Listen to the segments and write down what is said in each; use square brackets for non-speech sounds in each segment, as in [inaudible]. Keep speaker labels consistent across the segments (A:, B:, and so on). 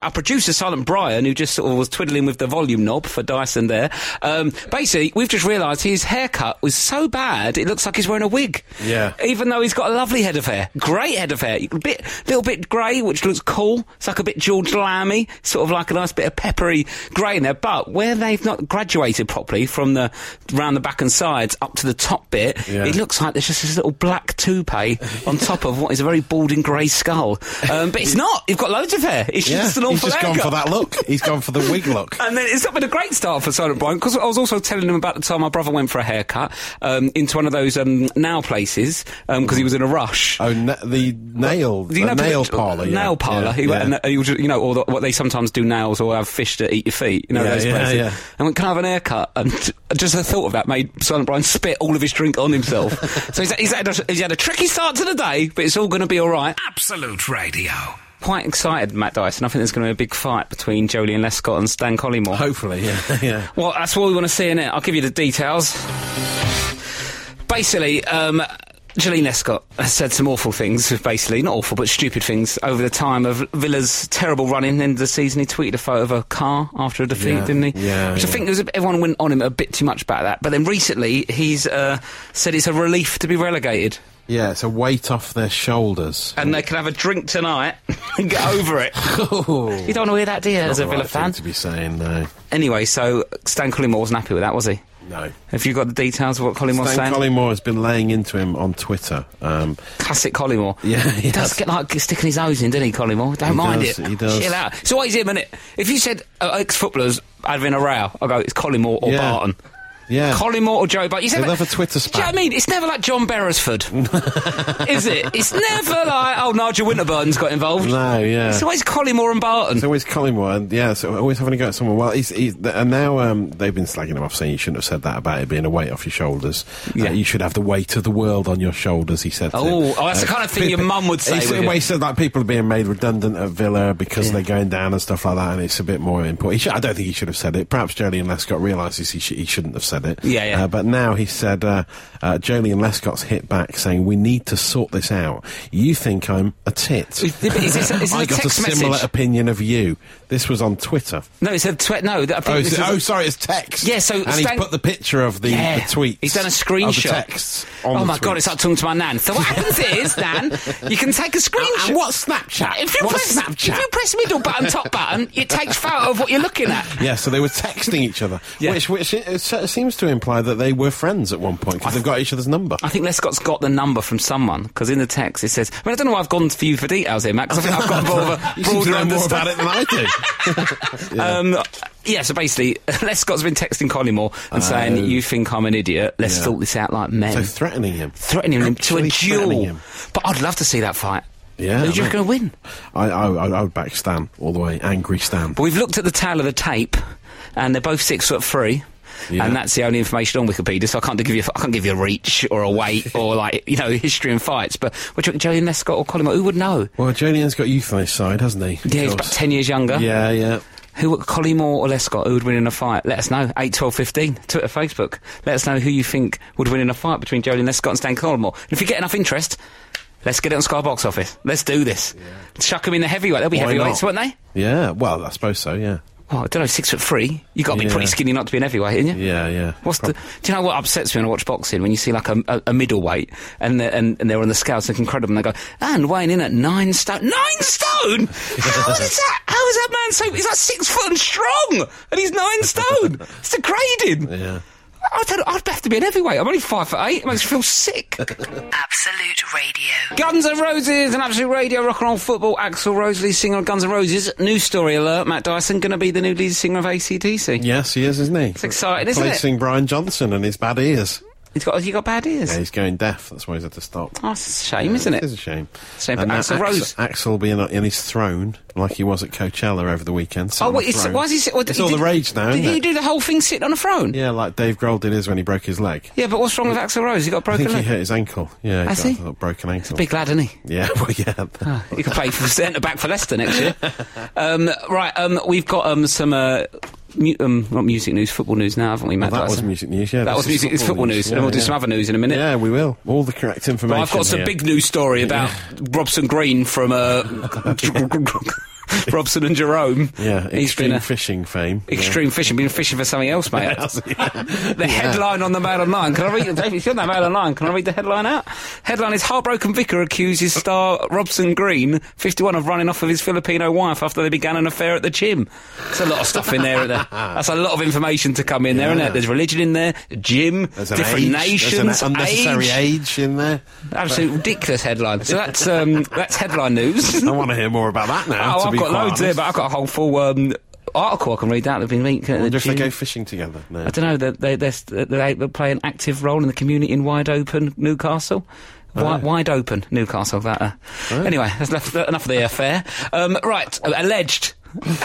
A: our producer Silent Brian, who just sort of was twiddling with the volume knob for Dyson there, um, basically we've just realised his haircut was so bad it looks like he's wearing a wig.
B: Yeah.
A: Even though he's got a lovely head of hair, great head of hair, a bit little bit grey, which looks cool. It's like a bit George Lammy, sort of like a nice bit of peppery grey in there. But where they've not graduated properly from the round the back and sides up to the top bit,
B: Yeah.
A: it looks like there's just this little black toupee on top of what is a very balding grey skull. Um,
B: [laughs]
A: but it's not. You've got loads of hair. It's
B: Yeah,
A: just an awful
B: he's just gone
A: haircut.
B: for that look. He's gone for the
A: [laughs]
B: wig look.
A: And then it's not been a great start for Silent Brian because I was also telling him about the time my brother went for a haircut um, into one of those um, now places because he was in a rush.
B: Oh, na- the nail,
A: Do you
B: the
A: know-
B: nail parlor. Yeah.
A: Nail parlor.
B: Yeah,
A: he went,
B: yeah.
A: and he was, you know, or the, what they sometimes do nails or have fish that eat your feet. You know
B: Yeah,
A: those
B: yeah,
A: places.
B: yeah.
A: And went, can I have an haircut? And [laughs] t- just the thought of that made Silent Brian spit all of his drink on
B: [laughs]
A: himself. so he's, he's, had a, he's had a tricky start to the day, but it's all going to be all right.
C: Absolute Radio.
A: Quite excited, Matt Dyson. I think there's going to be a big fight between Jolien Lescott and Stan Collymore.
B: Hopefully, yeah, [laughs] yeah.
A: Well, that's what we want to see in it. I'll give you the details. Basically, um, Jolene Escott has said some awful things, basically, not awful, but stupid things over the time of Villa's terrible running in the season. He tweeted a photo of a car after a defeat,
B: Yeah,
A: didn't he?
B: yeah,
A: Which I
B: yeah.
A: think was, everyone went on him a bit too much about that. But then recently, he's uh, said it's a relief to be relegated.
B: Yeah, it's a weight off their shoulders.
A: And they can have a drink tonight [laughs] and get over
B: [laughs]
A: it. You don't want to hear that, do you, as a
B: Not the
A: Villa
B: right
A: fan?
B: thing to be saying no,
A: Anyway, so Stan Collymore wasn't happy with that, was he?
B: no.
A: Have you got the details of what Collymore's
B: Stan
A: saying?
B: Collymore has been laying into him on Twitter. Um,
A: Classic Collymore.
B: [laughs] Yeah, he
A: he does
B: does.
A: get like sticking his nose in, doesn't he, Collymore? Don't
B: He
A: mind
B: does,
A: it.
B: he does.
A: Chill out. So what is him, innit? If you said uh, ex-footballers having a row, I go it's Collymore or
B: Yeah.
A: Barton.
B: yeah,
A: Collymore or Joe Barton. You
B: They
A: never-
B: love a Twitter
A: Do you know what I
B: spat.
A: mean? It's never like John
B: [laughs]
A: Beresford, is it? It's never like oh Nigel Winterburton's got involved.
B: no, yeah.
A: It's always Collymore and Barton.
B: It's always Collymore, and yeah, so always having a go at someone. Well, he's, he's, and now um, they've been slagging him off, saying you shouldn't have said that about it being a weight off your shoulders.
A: Yeah.
B: Uh, you should have the weight of the world on your shoulders, he said. to
A: Oh,
B: him.
A: oh, that's the kind of thing your
B: people-
A: mum would say,
B: He said,
A: wouldn't
B: well,
A: it?
B: he said that people are being made redundant at Villa because
A: Yeah.
B: they're going down and stuff like that, and it's a bit more important. He should, I don't think he should have said it. Perhaps Jolien Lescott realises he, sh- he shouldn't have said it.
A: Yeah, yeah.
B: Uh, but now he said, uh, uh, Jolien Lescott's hit back saying, we need to sort this out. You think I'm a tit.
A: Is this- is this
B: [laughs] I
A: a
B: got a
A: text
B: similar
A: message?
B: opinion of you. This was on Twitter.
A: no, it's a twe- no. that- I think
B: Oh,
A: this
B: so-
A: is-
B: oh, sorry, it's text.
A: Yeah, so
B: and
A: Stan-
B: he put the picture of the,
A: Yeah.
B: the tweets.
A: He's done a
B: of the
A: screenshot.
B: texts on
A: oh
B: the
A: my god,
B: tweets.
A: it's like talking to my nan. So what happens is, nan, you can take a screenshot.
B: [laughs] And what's Snapchat?
A: If you,
B: What's
A: press,
B: Snapchat?
A: if you press middle button, top button, it takes photo of what you're looking at.
B: Yeah, so they were texting each other,
A: Yeah.
B: which which it, it se- seems to imply that they were friends at one point because they've got each other's number.
A: I think Lescott's got the number from someone because in the text it says. I mean, I don't know why I've gone for you for details here, Matt. Because I think I've got more of a
B: [laughs] you seem to
A: broader
B: know more about
A: understanding.
B: it than
A: [laughs]
B: I do.
A: Um, yeah, so basically, [laughs] Lescott's been texting Collymore and saying, "You think I'm an idiot? Let's
B: Oh. Yeah.
A: sort this out like men."
B: so threatening him.
A: threatening him to a
B: Actually threatening
A: duel.
B: him.
A: But I'd love to see that fight.
B: Yeah,
A: who
B: I
A: do you
B: know.
A: reckon will win?
B: I, I, I I would back Stan all the way, angry Stan.
A: But we've looked at the tail of the tape, and they're both six foot three.
B: Yeah.
A: And that's the only information on Wikipedia, so I can't give you I can't give you a reach or a
B: [laughs]
A: weight or like you know history and fights. But what do you reckon, Jolien Lescott or Collymore? Who would know?
B: Well, Julian's got youth on his side, hasn't he? Of
A: Yeah, he's about
B: course.
A: ten years younger.
B: Yeah, yeah.
A: Who, Collymore or Lescott? Who would win in a fight? Let us know. Eight, twelve, fifteen. Twitter, Facebook. Let us know who you think would win in a fight between Jolien Lescott and Stan Collymore. And if you get enough interest, let's get it on Sky Box Office. Let's do this. Chuck them in the heavyweight. They'll be
B: Why not?
A: heavyweights, won't they?
B: Yeah, well, I suppose so, yeah.
A: Well, I don't know. Six foot three. You got to be
B: Yeah.
A: pretty skinny not to be an heavyweight, ain't you?
B: Yeah, yeah.
A: What's the? Do you know what upsets me when I watch boxing? When you see like a, a, a middleweight and they're, and, and they're on the scales looking incredible, and they go and weighing in at nine stone. Nine stone? How is that? How is that man so? He's like six foot and strong, and he's nine stone. It's degrading.
B: [laughs] Yeah.
A: I don't, I'd have to be an heavyweight. I'm only five foot eight. It makes me feel sick.
C: Absolute Radio.
A: Guns N' Roses and Absolute Radio, rock and roll football. Axel Rose, lead singer of Guns N' Roses. News story alert: Matt Dyson going to be the new lead singer of ACDC.
B: Yes, he is, isn't he? It's
A: exciting, isn't it?
B: Replacing Brian Johnson and his bad ears.
A: He's got. Has he got bad ears?
B: Yeah, he's going deaf. That's why he's had to stop.
A: Oh, that's a shame, isn't
B: It is
A: it?
B: a shame.
A: Shame,
B: And uh,
A: but
B: now
A: Axl Rose-
B: Axl will be in, in his throne, like he was at Coachella over the weekend. sitting
A: Oh,
B: on
A: wait,
B: a
A: it's,
B: throne.
A: why is he? sit- Well,
B: It's
A: he
B: all
A: did-
B: the rage now,
A: Did
B: isn't
A: he
B: it?
A: do the whole thing sitting on a throne?
B: Yeah, like Dave Grohl did his when he broke his leg.
A: Yeah, but what's wrong with Axel Rose? He got a
B: I
A: broken
B: think he
A: leg.
B: hurt his ankle. Yeah, he
A: Has
B: got
A: he?
B: a little broken ankle.
A: Big Ah, lad, isn't he?
B: Yeah, [laughs] well, yeah.
A: He could play for centre back for Leicester next
B: [laughs]
A: year. um, right, um, we've got um, some. Uh, mu- um, not music news, football news now, haven't we, Matt?
B: that was
A: Dyson?
B: music news, yeah.
A: That was
B: this is
A: music. It's football news, and
B: Yeah,
A: we'll do
B: yeah.
A: some other news in a minute.
B: Yeah, we will. All the correct information.
A: But I've got some
B: here. [laughs]
A: big news story about Robson Green from uh, [laughs] Robson and Jerome.
B: Yeah,
A: he's been
B: extreme
A: a,
B: fishing fame. Yeah.
A: extreme fishing, been fishing for something else,
B: [laughs]
A: mate.
B: Yeah.
A: [laughs] The headline on the Mail Online. Can I read? David, if you're on that Mail Online, can I read the headline out? Headline is heartbroken vicar accuses star Robson Green, 51, of running off with his Filipino wife after they began an affair at the gym. There's a lot of stuff in there. isn't
B: [laughs]
A: there? That's a lot of information to come in there, isn't
B: Yeah.
A: it? There's religion in there, gym,
B: There's an
A: different
B: age,
A: nations,
B: there's an unnecessary
A: age.
B: age in there.
A: Absolute ridiculous headline. So that's um, that's headline
B: [laughs]
A: news.
B: I want to hear more about that now.
A: oh,
B: to
A: I've
B: be
A: got
B: quite
A: loads here,
B: honest.
A: but I've got a whole full um, article I can read out. That been linked at
B: Wonder
A: the
B: if they
A: gym.
B: go fishing together. No.
A: I don't know. They, they, they, they they play an active role in the community in wide open Newcastle.
B: Oh,
A: Wide, wide open Newcastle. That. Uh. Anyway, that's enough, enough of the affair. Um, right, uh,
B: [laughs]
A: alleged,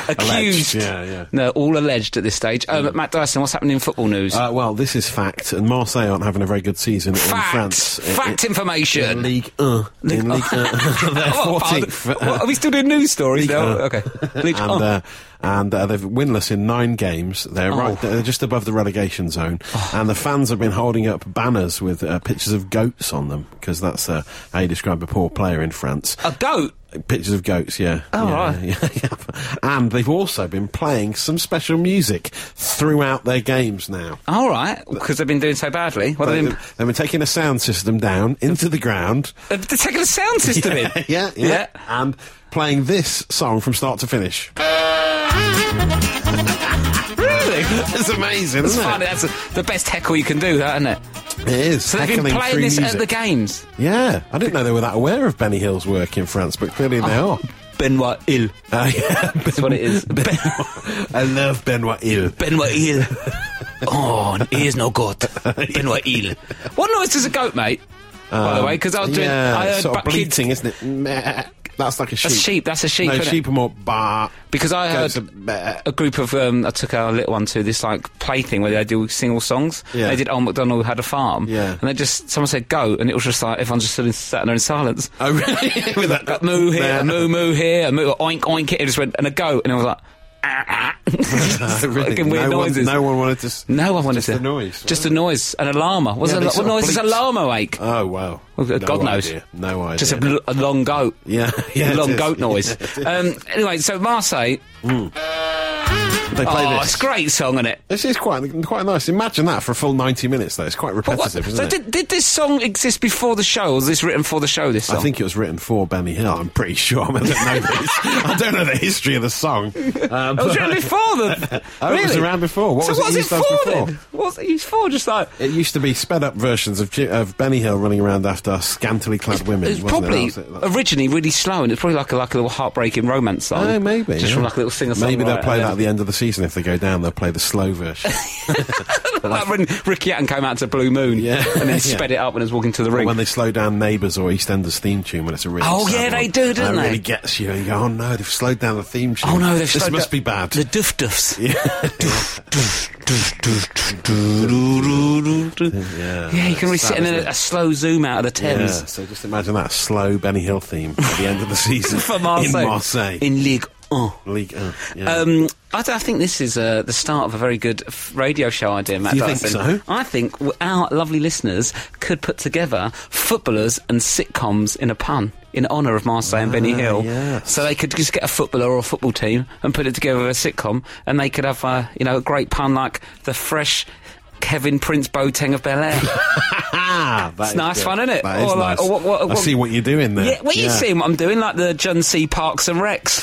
A: accused.
B: yeah, yeah. Mm.
A: No, all alleged at this stage. Um, Matt Dyson, what's happening in football news?
B: Uh, well, this is fact, and Marseille aren't having a very good season
A: fact,
B: in France. I-
A: fact
B: I-
A: information.
B: in League Uh. In League
A: [laughs]
B: Uh. [laughs] They're
A: Oh, pardon.
B: 14th.
A: What, are we still doing news
B: [laughs]
A: stories now?
B: Uh,
A: Okay. League-
B: and
A: oh.
B: uh, and uh, they've winless in nine games. They're
A: Oh.
B: right. They're just above the relegation zone, and the fans have been holding up banners with uh, pictures of goats on them because that's uh, how you describe a poor player in France.
A: A goat.
B: Pictures of goats, yeah.
A: Oh,
B: yeah,
A: right.
B: yeah, [laughs] yeah. And they've also been playing some special music throughout their games now.
A: All right, because they've been doing so badly. Well, they've
B: They've,
A: been,
B: they've been taking a sound system down into the
A: [laughs]
B: ground.
A: they're taking a sound system in.
B: [laughs] yeah, yeah, And playing this song from start to finish. [laughs]
A: Really?
B: It's amazing,
A: That's
B: isn't
A: funny.
B: it?
A: That's a, the best heckle you can do, that, isn't it?
B: It is.
A: So they've been
B: heckling
A: playing
B: through
A: this at
B: music.
A: the games.
B: Yeah, I didn't know they were that aware of Benny Hill's work in France, but clearly they are. [laughs]
A: Benoit Hill.
B: Uh, yeah,
A: Oh. That's what it
B: [laughs]
A: is. Ben-
B: I love Benoit Hill.
A: Benoit Hill. [laughs] Oh, he is no
B: [laughs]
A: good. Benoit Hill. What noise does a goat make? by the way, because I was doing.
B: Um, yeah,
A: I heard
B: sort of
A: buck kids-
B: bleating, isn't it? Meh. That's like a sheep.
A: That's sheep, that's a sheep,
B: No,
A: isn't it?
B: sheep are more bah.
A: Because I
B: Goats
A: heard
B: are meh.
A: a group of um, I took our little one to this like play thing where they do single songs.
B: Yeah.
A: They did "Old MacDonald Had a Farm,"
B: Yeah.
A: and they just someone said "Go," and it was just like everyone just stood in, sat there in silence. [laughs]
B: Oh, really? With that
A: Got moo here,
B: meh.
A: a moo
B: [laughs]
A: moo here, a moo oink oink. It It just went and a go, and I was like, ah, ah. Just
B: Really?
A: fucking weird
B: no
A: noises.
B: One, no one wanted to. s-
A: No, I wanted
B: just
A: to.
B: the noise.
A: Just a noise. An alarma. What's
B: Yeah,
A: a,
B: they
A: what
B: sort of
A: noise does a
B: bleat.
A: llama make?
B: Oh wow.
A: Well,
B: No
A: God knows.
B: idea. No idea.
A: Just a, bl- a long goat.
B: Yeah, [laughs] yeah, it
A: long
B: is.
A: goat noise.
B: Yeah, [laughs] it is.
A: um, anyway, so Marseille.
B: they play
A: Oh,
B: this.
A: it's a great song, isn't it?
B: This is quite quite nice. Imagine that for a full ninety minutes. Though it's quite
A: But what-
B: repetitive,
A: so
B: isn't it?
A: did, did this song exist before the show? Or was this written for the show? This song.
B: I think it was written for Benny Hill. I'm pretty sure. [laughs] I don't know, this. I don't know the history of the song. Um,
A: [laughs]
B: [laughs]
A: it was written before the.
B: Oh, it was
A: Really?
B: around before. What
A: so
B: was it
A: what's it
B: used
A: for
B: as before?
A: then? What's it used for? Just like
B: It used to be sped up versions of, Ji- of Benny Hill running around after scantily clad women.
A: It's
B: wasn't it?
A: probably
B: That was it. That's-
A: originally really slow, and it's probably like a, like a little heartbreaking romance song.
B: Oh, maybe.
A: just
B: yeah.
A: from like a little singer song.
B: Maybe they'll play that at the end of the season. If they go down, they'll play the
A: [laughs]
B: slow version.
A: like when Ricky Hatton came out to Blue Moon,
B: Yeah.
A: and then
B: [laughs] Yeah.
A: sped it up when he was walking to the ring.
B: when they slow down Neighbours or EastEnders theme tune when it's a really
A: Oh,
B: sad
A: yeah, they
B: one.
A: do,
B: And
A: don't
B: it
A: they?
B: really gets you. You go, oh no, they've slowed down the theme tune.
A: oh no, they've
B: this
A: slowed
B: must
A: down-
B: be bad.
A: The Duff Duffs.
B: yeah,
A: [laughs] Yeah, you can
B: it's
A: really
B: sad,
A: sit in
B: isn't
A: a,
B: it?
A: a slow zoom out of the
B: Yeah,
A: Thames.
B: so just imagine that slow Benny Hill theme at the
A: [laughs]
B: end of the season
A: For Marseille.
B: in Marseille
A: In Ligue 1.
B: League. Uh, yeah.
A: Um, I, th- I think this is uh, the start of a very good f- radio show idea, Matt.
B: Do you think
A: Dyson.
B: so?
A: I think w- our lovely listeners could put together footballers and sitcoms in a pun in honour of Marseille and Benny Hill.
B: Ah, yes.
A: So they could just get a footballer or a football team and put it together with a sitcom, and they could have uh, you know a great pun like the fresh. Kevin Prince Boateng of Bel
B: [laughs]
A: Air.
B: ah, that is
A: nice
B: good.
A: fun, isn't it?
B: That is
A: Or like-
B: nice.
A: or what- what-
B: I
A: what-
B: see what you're doing there.
A: yeah, well, you see what I'm doing, like the John C. Parks and
B: [laughs]
A: Rex.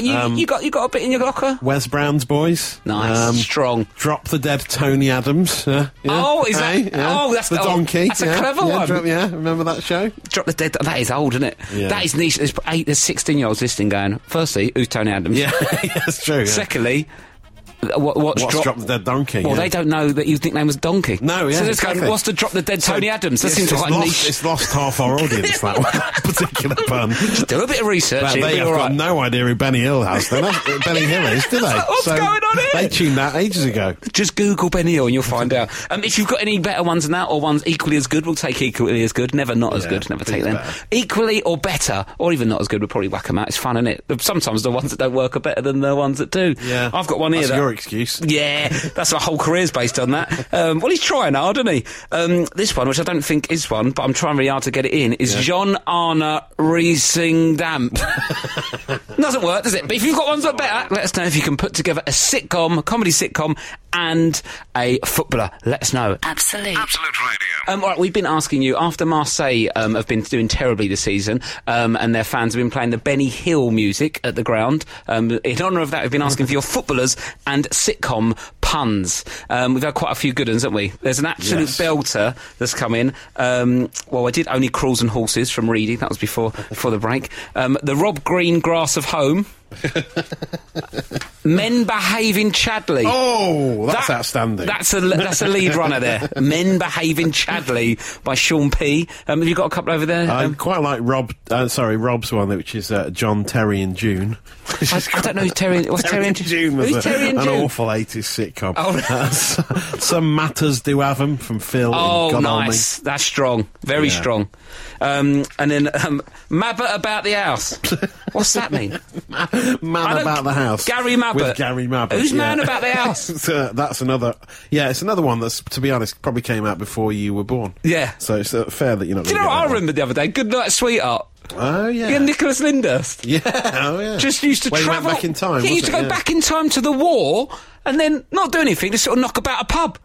A: you,
B: Um,
A: you got you got a bit in your locker.
B: Wes Brown's boys. Um,
A: Nice, strong.
B: Drop the dead Tony Adams. uh, yeah.
A: Oh, is that-
B: Hey, yeah.
A: oh, that's
B: the
A: the- oh,
B: donkey.
A: that's a
B: yeah,
A: clever
B: yeah,
A: one.
B: drop- yeah, remember
A: [laughs]
B: that show?
A: Drop the dead. That is old, isn't it?
B: Yeah.
A: That is niche. There's eight, there's sixteen year olds listening, going. Firstly, who's Tony Adams?
B: Yeah, [laughs] that's true. Yeah.
A: [laughs] Secondly, uh, what, what's,
B: What's
A: drop?
B: drop the dead donkey?
A: well,
B: yeah.
A: they don't know that you think name was Donkey.
B: No,
A: So
B: yeah,
A: they're just
B: exactly.
A: going, what's the drop the dead Tony Adams? That
B: It's-
A: seems
B: it's
A: quite
B: lost,
A: niche.
B: It's lost half our audience that,
A: [laughs]
B: one, that [laughs] particular pun.
A: Do a bit of research.
B: But
A: it'll
B: they
A: be
B: have
A: all
B: got
A: right.
B: no idea who Benny Hill has. They don't- [laughs] Benny Hill is, do they?
A: What's going on here?
B: They tuned that ages ago.
A: Just Google Benny Hill and you'll find out. Um, if you've got any better ones than that, or ones equally as good, we'll take equally as good. Never not as
B: Yeah,
A: good. Never
B: please
A: take them.
B: better.
A: Equally or better, or even not as good, we'll probably whack them out. It's fun, isn't it? Sometimes the ones that don't work are better than the ones that do. I've got one here.
B: That's
A: that-
B: your your excuse.
A: Yeah, that's my whole career's based on that. Um, well, he's trying hard, isn't he? Um, this one, which I don't think is one, but I'm trying really hard to get it in, is Jean Arna Riesing Damp. [laughs] Doesn't work, does it? But if you've got ones that are better, let us know if you can put together a sitcom, comedy sitcom, and a footballer. Let us know.
C: Absolute.
D: Absolute Radio.
A: Um, all right, we've been asking you after Marseille um, have been doing terribly this season, um, and their fans have been playing the Benny Hill music at the ground. Um, in honour of that, we've been asking
B: [laughs]
A: for your footballers and sitcom puns. Um, we've had quite a few good ones, haven't we? There's an absolute
B: Yes.
A: belter that's come in. Um, well, I did only crawls and horses from Reedy. That was
B: [laughs]
A: before before the break. Um, the Rob Green grass of home. Men behave in Chadley.
B: Oh, that's
A: That-
B: outstanding.
A: That's a that's a lead runner
B: [laughs]
A: there. Men behave in Chadley by Sean P. Um, have you got a couple over there?
B: I
A: Um,
B: quite like Rob. Uh, sorry, Rob's one, which is uh, John Terry and June.
A: I, I don't know who
B: [laughs]
A: Terry. What's Terry, and
B: June was
A: Who's
B: a-
A: Terry and
B: an
A: June?
B: awful 80s sitcom.
A: Oh,
B: [laughs]
A: right.
B: That's- Some Matters Do Have 'Em from Phil. and
A: Oh,
B: God Only.
A: nice. That's strong. Very
B: Yeah.
A: strong. Um, and then um, Mabbott about the
B: [laughs]
A: house. What's that mean? I
B: Man
A: don't-
B: About the House.
A: Gary Mabbott.
B: With Gary Mabbott.
A: Who's
B: yeah.
A: man about
B: [laughs]
A: the house?
B: It's, uh, that's another. Yeah, it's another one that's, to be honest, probably came out before you were born.
A: Yeah.
B: So it's uh, fair that you're not.
A: Do you know what I
B: gonna
A: remember the other day? Good night, sweetheart.
B: get that one. Oh yeah.
A: Yeah, Nicholas Lyndhurst.
B: [laughs] yeah. Oh yeah.
A: just used to
B: Well, he went
A: travel
B: back in time.
A: He used to
B: wasn't
A: go
B: it? Yeah.
A: back in time to the war and then not do anything, just sort of knock about a pub.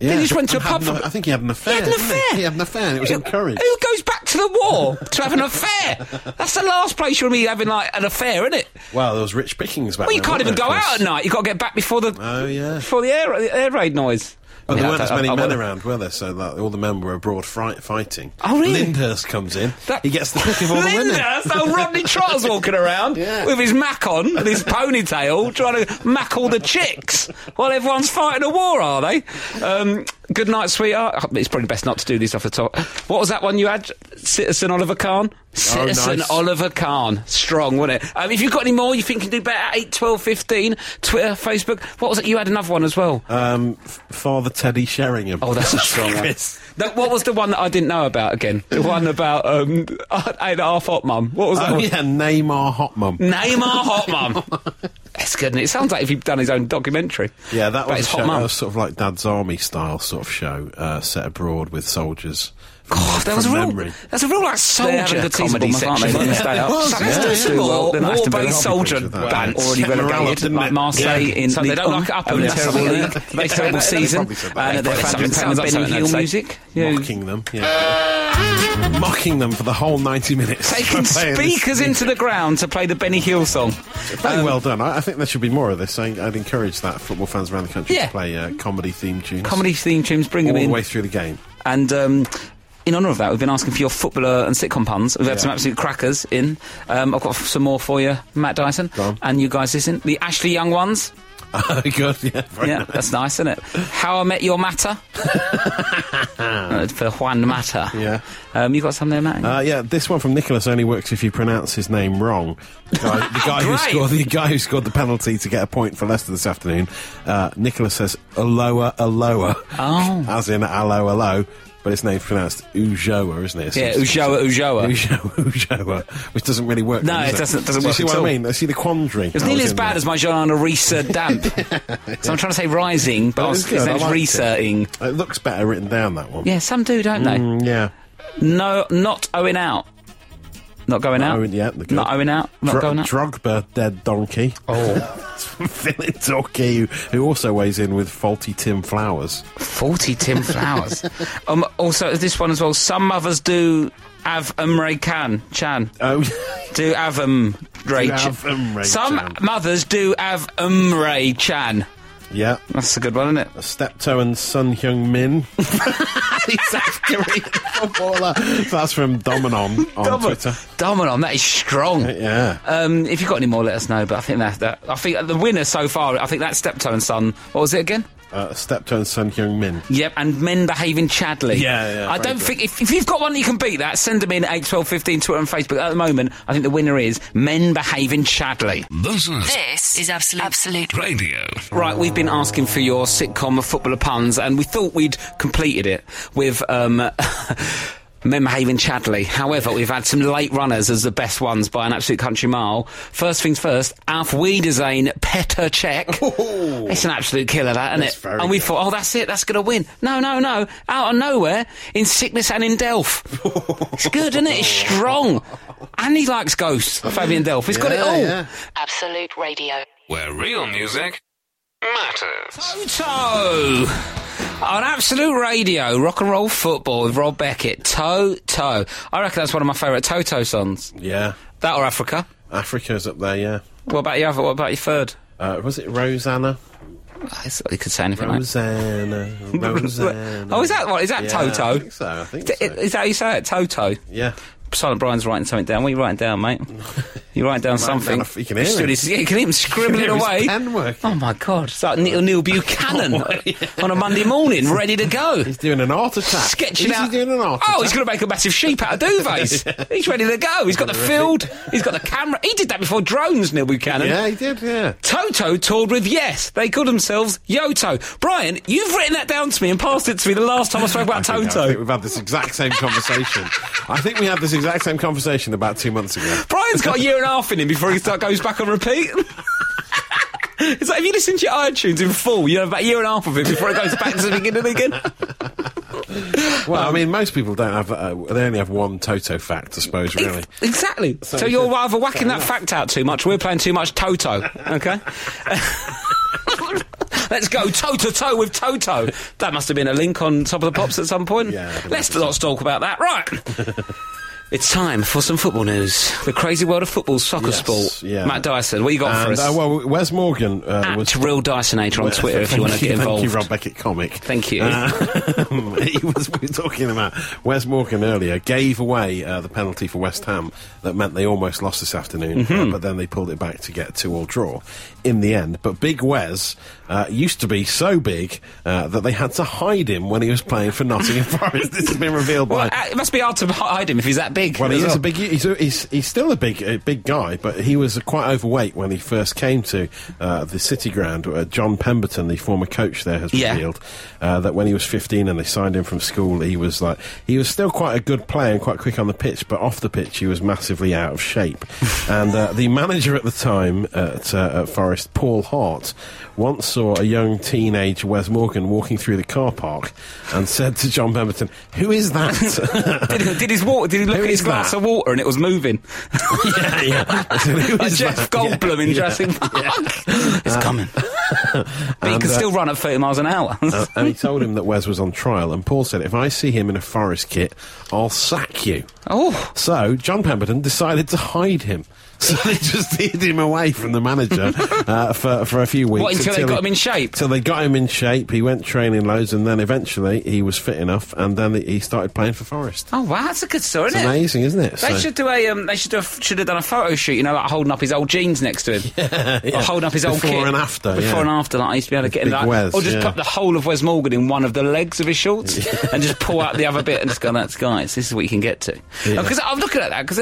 A: Then he just went to a
B: And had
A: pub.
B: an-
A: for-
B: I think he had an affair.
A: He had an
B: didn't
A: affair.
B: He had an affair. And it was
A: Who-
B: encouraged.
A: Who goes back to the war to have an affair? That's the last place you want to be having like an affair, isn't it?
B: Well, there was Rich Pickings back.
A: Well, you
B: then,
A: can't even go
B: wasn't there, of
A: out at
B: course?
A: night. You have got to get back before the
B: Oh, yeah.
A: before the air, the air raid noise.
B: But
A: Yeah,
B: Oh, there
A: I
B: weren't as
A: don't-
B: many
A: I- I
B: men
A: won't-
B: around, were there? So like, all the men were abroad fri- fighting.
A: Oh, really?
B: Lyndhurst comes in.
A: That-
B: He gets the pick of all the women.
A: Lyndhurst, old Rodney
B: [laughs]
A: Trotter's walking around
B: Yeah.
A: with his mac on and his ponytail, trying to mac all the chicks while everyone's fighting a war, are they? Um, good night, sweetheart. Oh, It's probably best not to do this off the top. What was that one you had? Citizen Oliver Kahn? Citizen
B: Oh, nice.
A: Oliver Kahn. Strong, wasn't it? Um, if you've got any more you think you can do better, 8, 12, 15, Twitter, Facebook. What was it? You had another one as well.
B: Um, F- Father Teddy Sheringham.
A: Oh, that's a strong one. That, what was the one that I didn't know about again? The one about um, [laughs] eight and a half hot mum. What was that?
B: [laughs] Oh,
A: one?
B: yeah, Neymar Hot Mum.
A: Name our hot mum. [laughs] That's good. And it sounds like if he'd done his own documentary.
B: Yeah, that
A: But
B: was, a
A: it's
B: show,
A: hot
B: that
A: mum.
B: was sort of like Dad's Army style sort of show, uh, set abroad with soldiers. From,
A: God, that Oh, was a
B: from
A: real.
B: memory.
A: That's a real like soldier comedy section.
E: They
A: wasn't it?
B: Yeah, it was,
A: So let's
B: yeah.
A: do some
B: Yeah.
A: more
E: Then Aston Villa
A: war-based
E: got
A: soldier
B: pictures of that.
A: bands
B: Already
A: already
B: relegated,
A: relegated,
B: didn't
A: like
B: it?
A: Marseille
B: Yeah.
A: in
E: So
A: League
E: they don't
A: One.
E: like up
A: Oh,
E: in
A: yeah.
E: the terrible
A: Yeah.
E: league.
A: They terrible season.
B: probably said that.
A: And
E: They
A: they're
E: probably
A: fans
E: said
A: playing
E: that.
A: Benny Hill
E: They'd say-
A: music. Yeah.
B: Mocking them, yeah. Mocking them for the whole 90 minutes.
A: Taking
B: [laughs] for playing this
A: speakers into the ground to play the Benny Hill song.
B: Very well done. I, I think there should be more of this. I, I'd encourage that football fans around the country
A: Yeah.
B: to play uh, comedy themed tunes.
A: Comedy theme tunes, bring
B: all
A: them
B: the
A: in.
B: way through the game. [laughs]
A: And um, in honour of that, we've been asking for your footballer and sitcom puns. We've had
B: Yeah.
A: some absolute crackers in. Um, I've got f- some more for you, Matt Dyson.
B: Go on.
A: And you guys listen. The Ashley Young ones.
B: Oh, good. Yeah. Very
A: yeah,
B: [laughs] nice.
A: that's nice, isn't it? How I Met Your
B: [laughs]
A: Matter. Uh, for Juan Matter.
B: Yeah.
A: Um, you got some there, Matt?
B: Uh, yeah, this one from Nicholas only works if you pronounce his name wrong. The guy, the guy who
A: Great.
B: scored the guy who scored the penalty to get a point for Leicester this afternoon. Uh, Nicholas says Aloha Aloha,
A: Oh.
B: as in aloe aloe, but his name's pronounced Ujoa, isn't it?
A: yeah, Ujoa Ujoa. It
B: Ujoa, Ujoa, which doesn't really work.
A: No,
B: does
A: it doesn't- doesn't
B: Do you
A: work
B: See
A: at
B: what
A: all.
B: I mean? I see the quandary.
A: was nearly as bad as my Joanna Reeser
B: [laughs]
A: Damp. So I'm trying to say rising, but I was, his name's Reeserting.
B: It. it looks better written down that one.
A: Yeah, some do, don't they?
B: Mm, yeah.
A: No, not owing out. Not going out.
B: owing- yeah, the good.
A: not owing out. Not
B: Dro-
A: going out.
B: Drogba, dead donkey. [laughs] Oh. Philip Donkey, who, who also weighs in with faulty Tim Flowers.
A: 40 Tim
B: [laughs]
A: Flowers. um, also, this one as well. Some mothers do have Amrekan Chan.
B: Oh,
A: Do have um, Ray
B: Do
A: Ch-
B: have Umre
A: Some
B: Chan.
A: mothers do have Umray Chan.
B: [laughs] yeah.
A: That's a good one, isn't it?
B: Steptoe and Sun Hyung Min. [laughs] He's South Korean footballer. That's from Dominon on Twitter.
A: Dominon, that is strong.
B: Yeah.
A: Um, if you've got any more, let us know. But I think that, that I think the winner so far, I think that's Steptoe and Son. What was it again?
B: Uh, Steptoe and Sun Hyung Min.
A: Yep, and men behaving chadly.
B: Yeah, yeah,
A: I
B: very
A: don't
B: good.
A: think if, if you've got one that you can beat that, send them in eight, twelve, fifteen, Twitter and Facebook. At the moment, I think the winner is men behaving chadly.
D: This is
C: This is Absolute. Absolute.
D: Radio.
A: Right, we've been asking for your [laughs] sitcom of footballer puns, and we thought we'd completed it with um, Memhaven Chadley. However, we've had some late runners as the best ones by an absolute country mile. First things first, Alf Wiedersehen Petr
B: [laughs]
A: Cech. It's an absolute killer, that, isn't
B: That's
A: it?
B: very
A: and we
B: good.
A: thought, oh, that's it, that's going to win. No, no, no. Out of nowhere, in sickness and in
B: [laughs]
A: Delph. it's good, isn't it? It's strong. And he likes ghosts, Fabian Delph. He's got it
B: Yeah,
A: all.
B: yeah.
D: Absolute Radio.
C: Where real music matters.
A: Toto on Absolute Radio, rock and roll football with Rob Beckett. Toto, I reckon that's one of my favourite Toto songs.
B: Yeah.
A: That or Africa.
B: Africa's up there, yeah.
A: What about your other? What about your third?
B: Uh, was it Rosanna?
A: I thought you could say anything. like [laughs]
B: Rosanna. Rosanna.
A: Oh, is that what? Is that
B: Yeah,
A: Toto?
B: I think so. I think
A: D-
B: so.
A: Is that how you say it? Toto.
B: yeah.
A: Silent Brian's writing something down. What are you writing down,
B: [laughs]
A: mate? You're writing down something.
B: down a- [laughs] you can hear
A: He stood
B: him.
A: his- yeah, you can hear him scribbling
B: Hear his
A: away.
B: pen working.
A: Oh my God! It's like Neil, Neil
B: [laughs]
A: Buchanan on a Monday morning, ready to go.
B: He's doing an art attack.
A: sketching
B: is
A: out.
B: He doing an art
A: oh,
B: attack?
A: he's going to make a massive sheep out of
B: [laughs]
A: duvets. He's ready to go. He's got the field. He's got the camera. He did that before drones, Neil Buchanan.
B: Yeah, he did, yeah.
A: Toto toured with Yes. They called themselves Yoto. Brian, you've written that down to me and passed it to me the last time I spoke about
B: [laughs] I think- I think
A: Toto.
B: we've had this exact same conversation. I think we had this exact same conversation about two months ago.
A: Brian's got a year and a half in him before he start, goes back on repeat. [laughs] It's like if you listen to your iTunes in full, you have about a year and a half of it before it goes back to the beginning again.
B: Well, I mean, most people don't have. Uh, they only have one Toto fact, I suppose. Really,
A: Exactly. So,
B: we
A: you're
B: could-
A: rather whacking
B: fair
A: that
B: enough.
A: fact out too much. We're playing too much Toto. Okay.
B: [laughs]
A: Let's go toe to toe with Toto. That must have been a link on Top of the Pops at some point.
B: Yeah, I think
A: Let's not talk about that.
B: [laughs]
A: Right. it's time for some football news. The crazy world of football, soccer
B: Yes,
A: sport.
B: yeah.
A: Matt Dyson, what you got for
B: and
A: us?
B: uh, well, Wes Morgan uh,
A: At
B: was
A: Real Dysonator on
B: Well,
A: Twitter if you want to
B: thank
A: get
B: Thank
A: involved.
B: you, Rob Beckett comic.
A: Thank you.
B: Um, [laughs] he was we were talking about Wes Morgan earlier gave away uh, the penalty for West Ham that meant they almost lost this afternoon,
A: Mm-hmm.
B: uh, but then they pulled it back to get two all draw in the end. But Big Wes uh, used to be so big uh, that they had to hide him when he was playing for Nottingham [laughs] Forest. This has been revealed by
A: well, uh, it must be hard to hide him if he's that big.
B: well, he
A: as
B: is
A: well.
B: a big. He's, a, he's he's still a big a big guy, but he was quite overweight when he first came to uh, the City Ground. Uh, John Pemberton, the former coach there, has
A: Yeah.
B: revealed uh, that when he was 15 and they signed him from school, he was like he was still quite a good player and quite quick on the pitch, but off the pitch he was massively out
A: [laughs]
B: of shape. and uh, the manager at the time at, uh, at Forest, Paul Hart, once saw a young teenage Wes Morgan walking through the car park and said to John Pemberton, "Who
A: [laughs]
B: is that?"
A: did, did his water? Did he look
B: Who
A: at his
B: is
A: glass
B: that?
A: of water and it was moving?
B: yeah, [laughs] yeah. I said,
A: [laughs]
B: "Who
A: Like
B: is
A: Jeff
B: that?"
A: Goldblum
B: Yeah,
A: in
B: yeah.
A: Jurassic Park. It's coming. but you
B: And,
A: can
B: uh,
A: still run at 30 miles an hour.
B: Uh, and he told him that Wes was on trial, and Paul said, "If I see him in a forest kit, I'll sack you."
A: [laughs] oh.
B: So John Pemberton decided to hide him. [laughs] So they just hid him away from
A: [laughs]
B: the manager uh, for for a few weeks.
A: What, until they got him in shape?
B: Till they got him in shape, he went training loads, and then eventually he was fit enough, and then he started playing for Forest.
A: Oh, wow, that's a good story,
B: It's
A: isn't it?
B: amazing, isn't it?
A: They
B: So-
A: should do a. Um, they should have should have done a photo shoot. You know, like holding up his old jeans next to
B: [laughs]
A: him, or holding up his old
B: Before
A: kit.
B: and after,
A: Before
B: yeah.
A: and after, like I used to be able to get in
B: Big
A: like,
B: Wes,
A: or just
B: yeah.
A: put the whole of Wes Morgan in one of the legs of his shorts [laughs] and just pull out the other bit and just go, "That's guys, this is what you can get to."
B: Yeah.
A: Because I'm looking at that because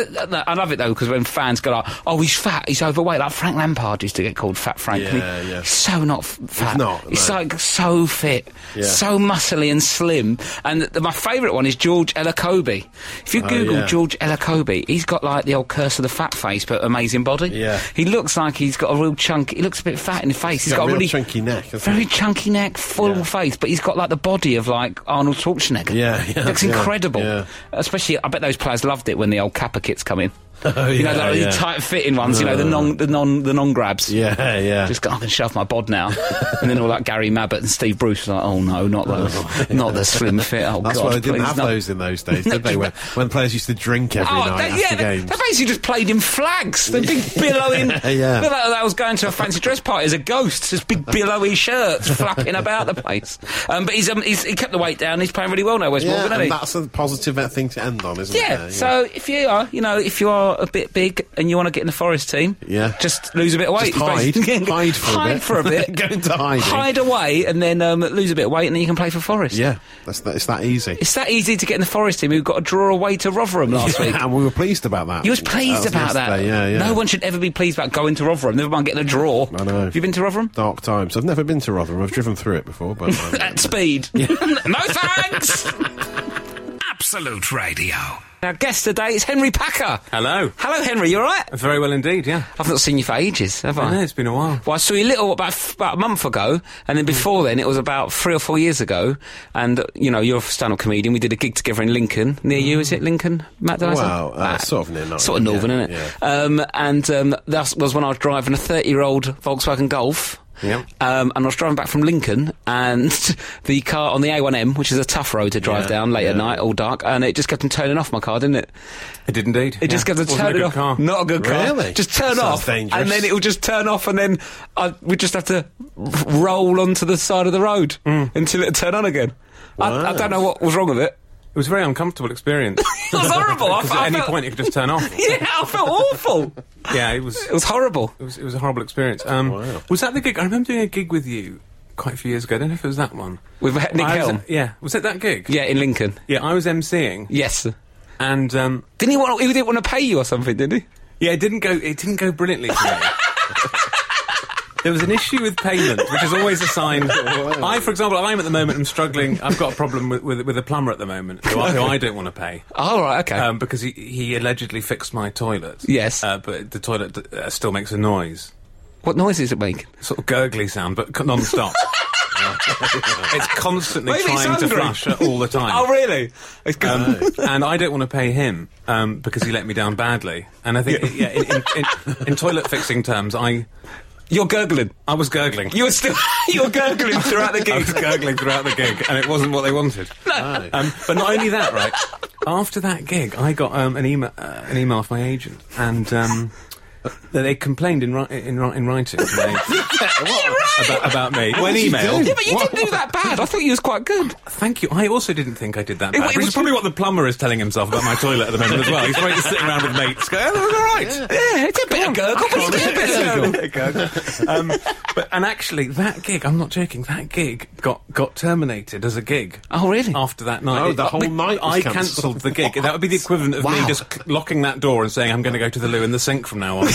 A: I love it though because when fans go like, "Oh, he's fat, he's overweight," like Frank Lampard used to get called Fat Frank. and he-
B: Yeah, yeah.
A: He's so not f- fat.
B: not,
A: He's
B: no.
A: like so fit,
B: Yeah.
A: so muscly and slim. And th- my favourite one is George Elacobi. If you
B: Oh,
A: Google
B: yeah.
A: George Elacobi, he's got like the old curse of the fat face, but amazing body.
B: Yeah.
A: He looks like he's got a real chunk. He looks a bit fat in the face. he's
B: got
A: got
B: a real
A: really
B: chunky neck, hasn't
A: very
B: he?
A: chunky neck, full
B: Yeah.
A: face, but he's got like the body of like Arnold Schwarzenegger.
B: Yeah, yeah,
A: looks
B: [laughs] yeah,
A: incredible.
B: yeah.
A: Especially, I bet those players loved it when the old Kappa kits come in.
B: [laughs] Oh,
A: you know,
B: yeah,
A: the really
B: yeah.
A: tight fitting ones. You know, the non, the non, the non grabs.
B: yeah, yeah.
A: Just go, I can shove my bod now. [laughs] and then all that Gary Mabbott and Steve Bruce are like, oh no, not
B: [laughs]
A: those, not the slim fit. Oh
B: That's
A: god,
B: why they didn't
A: please,
B: have
A: no.
B: those in those
A: [laughs]
B: days, did
A: No,
B: they? When, when players used to drink every
A: Oh,
B: night
A: they,
B: after
A: yeah, they,
B: games.
A: they basically just played in flags. The
B: [laughs]
A: big billowing.
B: Yeah.
A: Look like that was going to a fancy dress party as a ghost. Just big billowy shirts flapping about the place. Um, but he's, um, he's he kept the weight down. He's playing really well now, Wes
B: yeah,
A: Morgan,
B: and
A: isn't he?
B: that's a positive uh, thing to end on, isn't
A: Yeah,
B: it? Uh,
A: so if you are, you know, if you are a bit big and you want to get in the forest team,
B: Yeah.
A: just lose a bit of weight.
B: Just hide.
A: basically.
B: [laughs] Hide for a
A: Hide [laughs]
B: bit.
A: for a bit.
B: [laughs] Go into hiding.
A: Hide away and then um, lose a bit of weight and then you can play for Forest.
B: yeah, that's that, it's that easy.
A: It's that easy to get in the Forest team who got to draw away to Rotherham
B: [laughs]
A: last week.
B: and we were pleased about that.
A: You was
B: That
A: pleased about that.
B: yesterday, Yeah, yeah.
A: No one should ever be pleased about going to Rotherham. Never mind getting a draw.
B: I know.
A: Have you been to
B: [laughs]
A: Rotherham?
B: Dark times. I've never been
A: [laughs]
B: to um, Rotherham. I've driven through it before, but.
A: At speed. no thanks.
C: Absolute Radio.
A: Our guest today is Henry Packer.
D: Hello.
A: Hello, Henry. You all right?
D: Very well indeed, yeah.
A: I've not seen you for ages, have
D: I
A: I?
D: know, it's been a while.
A: Well, I saw you little about f- about a month ago, and then before then it was about three or four years ago. And uh, you know, you're a stand-up comedian. We did a gig together in Lincoln, near you, is it Lincoln? Matt, did I say?
B: Well, uh,
A: Ah,
B: sort of near Nottingham,
A: sort of northern,
B: yeah,
A: isn't it? Um, and um, that was when I was driving a 30-year-old Volkswagen Golf.
D: Yep.
A: Um, and I was driving back from Lincoln, and [laughs] the car on the A1M, which is a tough road to drive
B: Yeah,
A: down late at
B: yeah.
A: night, all dark, and it just kept on turning off my car, didn't it?
D: It did indeed.
A: It just
D: yeah.
A: kept on
D: Wasn't a
A: turning
D: good
A: off.
D: car.
A: Not a good car.
B: Really?
A: Just turn
B: Sounds
A: off,
B: dangerous.
A: and then it will just turn off, and then I, we just have to r- roll onto the side of the road
D: Mm.
A: until it turn on again. I, I
B: Wow.
A: don't know what was wrong with it.
D: It was a very uncomfortable experience.
A: It was horrible.
D: [laughs]
A: I,
D: Because [laughs] at
A: I
D: any
A: felt,
D: point it could just turn off.
A: [laughs] yeah, I felt awful.
D: Yeah, it was
A: It was horrible.
D: it was, it was a horrible experience. Um,
B: Wow.
D: Was that the gig? I remember doing a gig with you quite a few years ago. I don't know if it was that one.
A: With Nick
D: I was-
A: Helm.
D: yeah. Was it that gig?
A: Yeah, in Lincoln.
D: Yeah, I was emceeing
A: Yes.
D: and um,
A: Didn't he want? He didn't want to pay you or something, did he?
D: yeah, it didn't go it didn't go brilliantly for me. [laughs] There was an issue with payment, which is always a sign. I, for example, I'm at the moment, I'm struggling. I've got a problem with, with, with a plumber at the moment who, I- who I don't want to pay.
A: All right. Okay.
D: um, because he, he allegedly fixed my toilet.
A: Yes.
D: uh, but the toilet uh, still makes a noise,
A: what noise is it making?
D: sort of gurgly sound, but
A: [laughs]
D: c- non-stop. it's constantly
A: Maybe it's
D: trying to
A: hungry.
D: flush uh, all
A: [laughs]
D: the time. Um,
A: Oh, really? It's good.
B: Um,
D: [laughs] and I don't want to pay him um, because he let me down badly. And I think, yeah, in, in, in, in toilet fixing terms, I
A: You're gurgling.
D: I was gurgling.
A: You were still. [laughs] you were [laughs] gurgling throughout the
D: [laughs] I was
A: gig.
D: gurgling throughout the gig, and it wasn't what they wanted. Um, but not only that, right? After that gig, I got um, an email, uh, an email off my agent, and um, that they complained in ri- in, ri- in writing to my
A: [laughs]
D: agent about, about me. Well, an email.
A: Yeah, but you didn't do that bad. I thought you was quite good.
D: Thank you. I also didn't think I did that.
A: It-
D: Bad,
A: it
D: which
A: was-
D: is probably what the plumber is telling himself about my toilet at the moment as well. He's probably just sitting around with mates. Going, oh, all right.
A: Yeah, it's a bit of gurgle, but it's a
D: [laughs]
A: bit of gurgle.
D: um, but and actually, that gig, I'm not joking. That gig got got terminated as a gig.
A: Oh, really?
D: After that night,
B: Oh, the whole
D: I-
B: night was
D: I
B: cancelled.
D: cancelled the gig. That would be the equivalent of me
A: Wow.
D: just cl- locking that door and saying, "I'm going to go to the loo in the sink from [laughs] now on."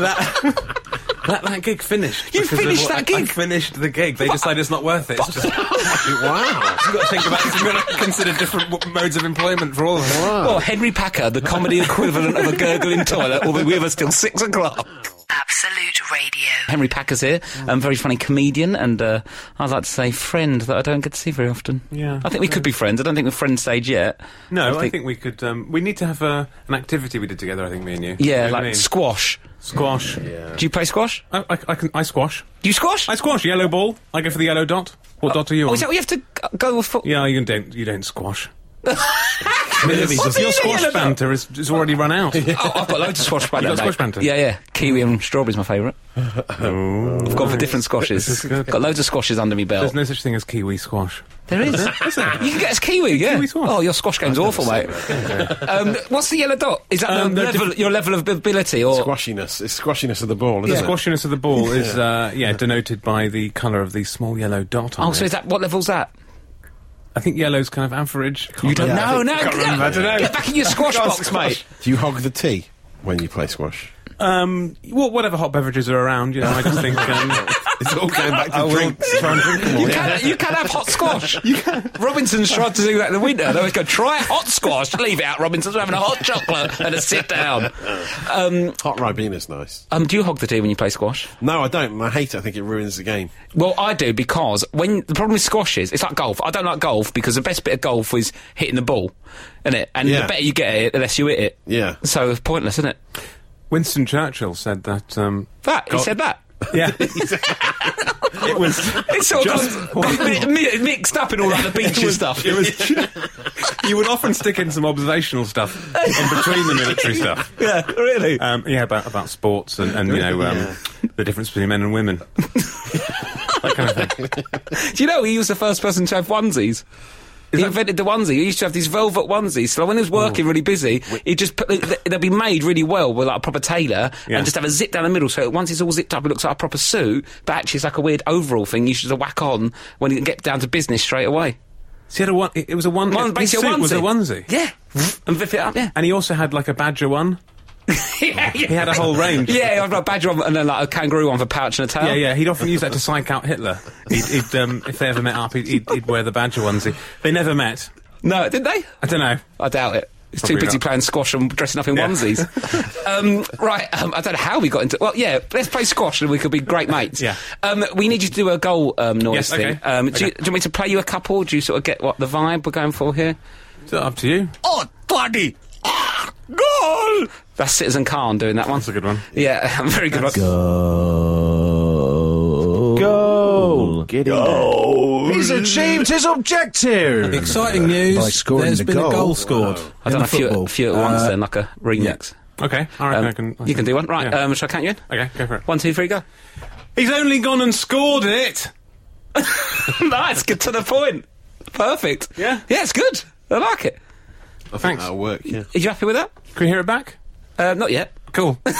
D: that, that that gig finished.
A: You
D: because of
A: finished
D: what-
A: that
D: I- I
A: gig?
D: finished the gig. They decided it's not worth it. It's
B: [laughs]
D: just, [laughs]
B: wow.
D: you've got to think about. You've got to consider different w- modes of employment for all of them.
A: Well, Henry Packer, the comedy equivalent of a gurgling toilet, will be with us till six o'clock.
E: Absolute Radio.
A: Henry Packer's here, a very funny comedian, and uh, I'd like to say friend that I don't get to see very often.
D: Yeah.
A: I think we could be friends. I don't think we're friend stage yet.
D: No, I think, we could. Um, we need to have a, an activity we did together. I think me and you. You know
A: Yeah,
D: what I
A: like
D: mean?
A: squash.
D: squash.
A: Do you play squash?
D: I, I, I can. I squash.
A: Do you squash?
D: I squash yellow ball. I go for the yellow dot. What dot are you
A: oh,
D: on?
A: is that what you have to g- go with [laughs] foot?
D: yeah, you don't. You
A: [laughs]
D: don't squash.
B: Really,
D: Your
B: just-
A: do you mean
D: squash
A: yellow dot?
D: banter is, is already run
A: [laughs]
D: out.
A: Oh, I've got loads of squash banter.
D: got squash
A: mate.
D: banter?
A: Yeah, yeah. Kiwi and strawberry's my favourite. I've gone for different squashes. Got loads of squashes under me belt.
D: There's no such thing as kiwi squash.
A: There is. you can get us kiwi, yeah.
D: Kiwi squash.
A: Oh, your squash game's awful, mate. [laughs] um, what's the yellow dot? Is that
D: Um,
A: the
D: they're
A: level, your level of ability, or
B: Squashiness. It's squashiness of the ball,
D: The
B: isn't it?
D: squashiness of the ball is uh, yeah denoted by the colour of the small yellow dot. On
A: oh, so
D: it.
A: is that what level's that?
D: I think yellow's kind of average.
A: You don't
B: Yeah, I
A: know,
B: think-
A: no,
B: can't
A: no.
B: remember, I don't know.
A: Get back in your squash
B: Go on,
A: box, mate.
B: Do you hog the tee when you play squash?
D: Um, well, whatever hot beverages are around, you know, I just think um,
B: It's all
A: [laughs]
B: going back to drinks. Try and drink them all.
A: You can, you can have hot squash. you can. Robinson's tried to do that in the winter. They always go, try hot squash. Leave it out, Robinson's. We're having a hot chocolate and a sit down. Um,
B: Hot Ribena nice.
A: um, do you hog the tea when you play squash?
B: No, I don't. I hate it. I think it ruins the
A: [laughs]
B: game.
A: Well, I do because when the problem with squash is it's like golf. I don't like golf because the best bit of golf is hitting the ball, is it? And
B: Yeah.
A: the better you get at it, the less you hit it.
B: Yeah.
A: So it's pointless, isn't it?
D: Winston Churchill said that. Um,
A: That he
D: Gol-
A: said that.
D: yeah, [laughs] it was.
A: It's all
D: Just-
A: gone, mi- mi- mixed up in all that the beaches stuff.
D: It was. [laughs] you would often stick in some observational stuff in between the military stuff.
A: [laughs] yeah, really.
D: Um, yeah, about about sports and, and you know um, the difference between men
A: [laughs]
D: and women. that kind of thing.
A: Do you know he was the first person to have onesies? he invented the onesie. He used to have these velvet onesies. So when he was
D: Oh.
A: working really busy, he just put, th- th- they'd be made really well with like a proper tailor,
D: Yeah.
A: and just have a zip down the middle. So once it's all zipped up, it looks like a proper suit, but actually it's like a weird overall thing. You should just whack on when you get down to business straight away.
D: So he had a one. It it was a one.
A: One,
D: his
A: basically a
D: suit
A: onesie.
D: was a onesie.
A: Yeah, and zip it up. Yeah,
D: And he also had like a badger one.
A: [laughs] yeah, yeah.
D: He had a whole range.
A: Yeah, I've got a badger on and then like a kangaroo one for pouch and a tail.
D: Yeah, yeah. He'd often use that to psych out Hitler. He'd, he'd um, if they ever met up, he'd, he'd, he'd wear the badger onesie. They never met.
A: No, did they?
D: I don't know.
A: I doubt it. It's too
D: Probably
A: busy
D: not.
A: playing squash and dressing up in onesies.
D: [laughs]
A: um, right, um, I don't know how we got into. Well, yeah, let's play squash and we could be great
D: [laughs]
A: mates.
D: Yeah.
A: Um, we need you to do a goal um, noise
D: Yes, okay.
A: thing. Um, do, you,
D: Okay.
A: do you want me to play you a couple? Do you sort of get what the vibe we're going for here?
D: It's up to you.
A: Oh, bloody Ah, goal! That's Citizen Khan doing that one.
D: That's a good one.
A: Yeah, [laughs] very good. one.
F: Goal. Goal. Get in
G: He's achieved his objective.
H: Exciting news.
G: By scoring
H: There's
G: the
H: been
G: goal.
H: a goal scored.
A: I don't
H: in
A: know, a
H: the
A: few,
H: football.
A: a few at once
H: Uh,
A: then, like a remix.
D: Okay, I reckon
A: Um,
D: I can. I
A: you can do one, right?
D: yeah.
A: Um, shall I count you in?
D: okay, go for it.
A: One, two, three, go. [laughs]
D: He's only gone and scored it.
A: nice, good to the point. Perfect.
D: Yeah.
A: Yeah, it's good. I like it.
B: I think
D: Thanks.
B: that'll work,
A: [laughs]
B: yeah.
A: Are you happy with that?
D: Can we hear it back?
A: Uh, not yet.
D: Cool.
A: Can't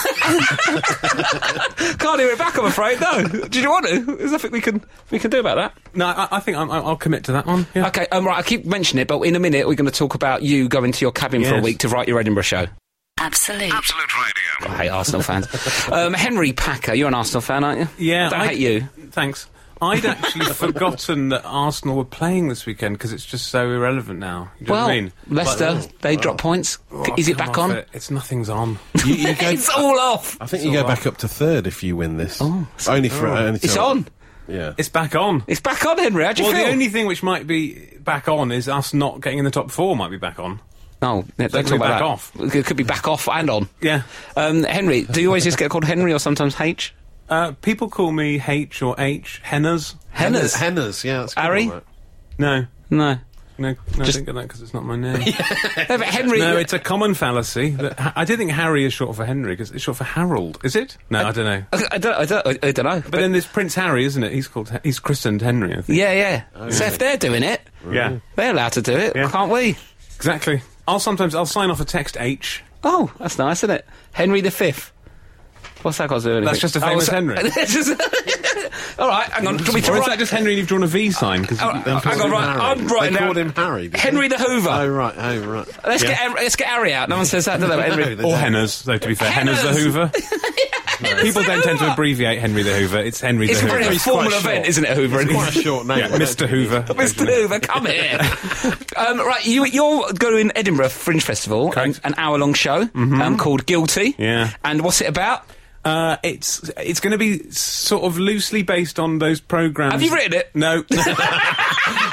A: hear it back, I'm afraid. No. Did you want to? There's nothing we can we can do about that.
D: [laughs] no, I, I think I'm, I- I'll commit to that one. Yeah.
A: Okay. Um, right. I keep mentioning it, but in a minute we're going to talk about you going to your cabin for a
D: Yes.
A: week to write your Edinburgh show.
E: Absolute.
C: Absolute Radio.
A: I hate Arsenal
D: [laughs]
A: fans. um, Henry Packer, you're an Arsenal fan, aren't you?
D: Yeah,
A: I don't
D: I-
A: hate you.
D: Thanks.
A: [laughs]
D: I'd actually forgotten that Arsenal were playing this weekend because it's just so irrelevant now. You know
A: Well,
D: what I mean?
A: Leicester,
D: Like,
A: they drop points.
D: oh,
A: Is it
D: come
A: back on?
D: off
A: [laughs]
D: it. It's nothing's on.
B: You, you go,
A: It's all off.
B: I think you go back up to third if you win this. Oh, only for only
A: It's
B: till-
A: on.
B: Yeah,
D: it's
A: [laughs]
D: back on.
A: It's back on, Henry. How do you
D: Well,
A: feel?
D: the only thing which might be back on is us not getting in the top four. Might be back on.
A: No, no, don't
D: It
A: talk
D: could be
A: about
D: back
A: that.
D: off.
A: It could be back off and on.
D: Yeah.
A: Um, Henry, do you always just get called Henry or sometimes H?
D: Uh, people call me H or H. Henners.
A: Henners.
B: Henners, yeah. That's a good
A: Harry?
B: one,
D: No. [laughs]
A: No.
D: No, no
A: Just-
D: I didn't get that because it's not
A: [laughs]
D: my name.
A: No, but Henry.
D: No, it's a common fallacy. That, I do think Harry is short for Henry because it's short for Harold. Is it? No, I don't know.
A: I don't, I don't, I don't know.
D: But then there's Prince Harry, isn't it? He's called. He's christened Henry. I think.
A: yeah, yeah. So if they're doing it,
D: Yeah.
A: they're allowed to do it,
D: Yeah.
A: can't we?
D: Exactly. I'll sometimes I'll sign off a text H.
A: Oh, that's nice, isn't it? Henry V. What's that got to do with anything? Oh,
D: That's just a famous
A: so-
D: Henry.
A: [laughs] That's just- All right, hang on. Can we
D: Or
A: try Oh,
D: is that just Henry and you've drawn a V sign? 'Cause
A: All
D: you-
A: right,
B: They
A: hang
B: called
A: on,
B: him
A: right.
B: Harry.
A: I'm writing
B: They
A: down.
B: called him Harry. didn't
A: Henry
B: they?
A: the Hoover.
B: Oh right, oh right.
A: Let's get Henry- let's get Harry out. No one says that, do they? Henry.
B: they
D: Or
B: don't.
D: Henners, though, to be fair. Henners the
A: Henners. [laughs]
D: Hoover. People
A: the
D: don't tend
A: Hoover.
D: to abbreviate Henry the Hoover. It's Henry
A: It's a
D: the
A: very
D: Hoover.
A: formal
B: quite
A: event,
B: short.
A: isn't it, Hoover?
B: Quite a short name.
D: [laughs] Yeah, Mr. Hoover.
A: [laughs] Mr. Hoover, come here. um, right, you, you're going Edinburgh Fringe Festival, an,
D: Correct. Mm-hmm.
A: an hour long show um, called Guilty.
D: Yeah.
A: And what's it about?
D: Uh, it's it's going to be sort of loosely based on those programs.
A: Have you written it? [laughs]
D: No. [laughs]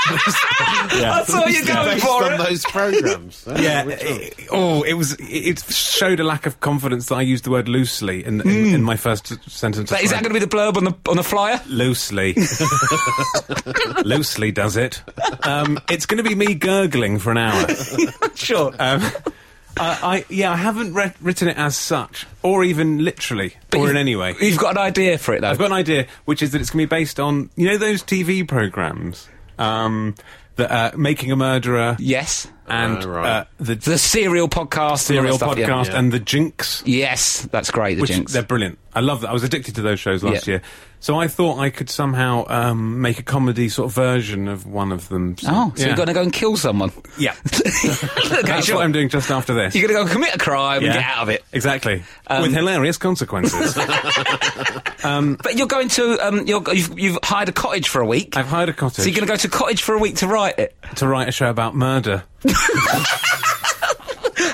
A: I saw you going
B: Based
A: for
B: on
A: it.
B: those
A: [laughs]
B: programs. Oh,
D: Yeah.
B: which one?
D: it- oh, it was. It it showed a lack of confidence that I used the word loosely in in, in my first sentence.
A: Hmm. Is that going to be the blurb on the on the flyer?
D: loosely?
A: [laughs]
D: loosely does it. Um, it's going to be me gurgling for an hour.
A: [laughs] Sure.
D: Um, I, I yeah, I haven't re- written it as such, or even literally, or in any way.
A: You've got an idea for it though.
D: I've got an idea, which is that it's going to be based on you know those TV programs, um, that uh, making a murderer
A: yes.
D: and
B: Oh, right.
D: uh, the
A: The serial podcast. and all
D: serial
A: that stuff, yeah.
D: podcast and the Jinx.
A: Yes, that's great. The
D: Which
A: Jinx.
D: they're brilliant. I love that. I was addicted to those shows last
A: Yeah.
D: year, so I thought I could somehow um, make a comedy sort of version of one of them. So,
A: Oh, so
D: yeah.
A: you're going to go and kill someone?
D: yeah.
A: [laughs]
D: [laughs]
A: Okay,
D: That's
A: sure.
D: what I'm doing just
A: [laughs]
D: after this.
A: You're going to go and commit a crime
D: Yeah.
A: and get out of it.
D: Exactly,
A: Um,
D: with
A: [laughs]
D: hilarious consequences.
A: But you're going to um, you're, you've you've hired a cottage for a week.
D: I've hired a cottage
A: So you're going to go to cottage for a week to write it,
D: to write a show
A: [laughs]
D: about murder.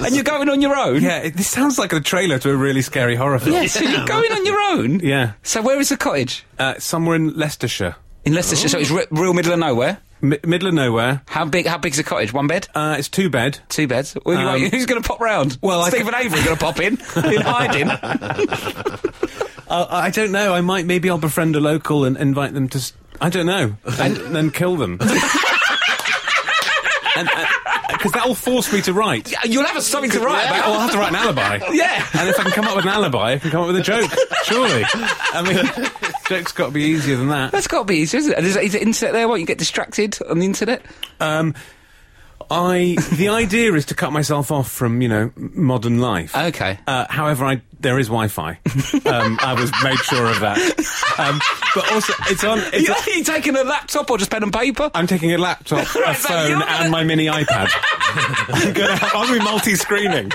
A: and you're going on your own.
D: Yeah, it, this sounds like a trailer to a really scary horror film.
A: Yeah, [laughs] so
D: [laughs]
A: you're going on your own.
D: Yeah.
A: So where is the cottage?
D: Uh, somewhere in Leicestershire,
A: In Leicestershire. So it's re- real middle of nowhere.
D: Mi middle of nowhere.
A: How big? How big's the cottage? One bed,
D: Uh, it's two bed.
A: two beds. Well, you-
D: Um,
A: who's going to pop round?
D: well, I-
A: Stephen Avery going to pop
D: [laughs]
A: in in hiding.
D: Uh, I don't know. I might maybe I'll befriend a local and invite them to. s I don't know, and uh, then kill them. Because that'll force me to write.
A: You'll have something to write
D: Well, I'll
A: about.
D: have to write an alibi.
A: Yeah.
D: And if I can come up with an alibi, I can come up with a joke. Surely. I mean, joke's got to be easier than that.
A: That's got to be easy, isn't it? Is, is the internet there? What you get distracted on the internet?
D: Um, I the idea is to cut myself off from you know m- modern life.
A: Okay.
D: Uh, however, I there is Wi-Fi. um, I was made sure of that. Um, but also, it's on. It's
A: You,
D: on-
A: you taking a laptop or just pen and [laughs] paper?
D: I'm taking a laptop,
A: [laughs]
D: a
A: Right, so you're
D: phone,
A: gonna-
D: and my
A: [laughs]
D: mini iPad. I'm gonna have, I'll be multi-screening.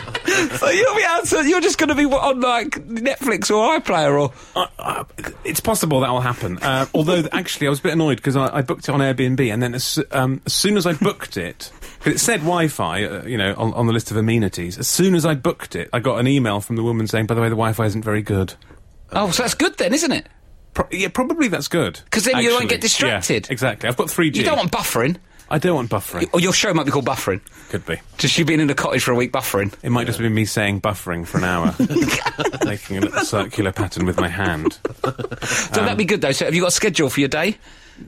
A: so you'll be out. So you're just going to be on like Netflix or iPlayer or
D: Uh, uh, it's possible that will happen. Uh, although, actually, I was a bit annoyed because I, I booked it on Airbnb, and then as, um, as soon as I booked it, 'cause because it said Wi-Fi, uh, you know, on, on the list of amenities. As soon as I booked it, I got an email from the woman saying, "By the way, the Wi-Fi isn't very good."
A: Oh, so that's good then, isn't it?
D: Pro- yeah, probably that's good.
A: 'Cause then you won't
D: actually.
A: get distracted.
D: Yeah, exactly. I've got 3G.
A: You don't want buffering.
D: I don't want buffering.
A: Or your show might be called Buffering.
D: Could be.
A: Just you being in a cottage for a week buffering.
D: It might just be me saying buffering for
A: [laughs]
D: an hour, [laughs] making a little circular pattern with my hand.
A: So that'd be good though. So have you got a schedule for your day?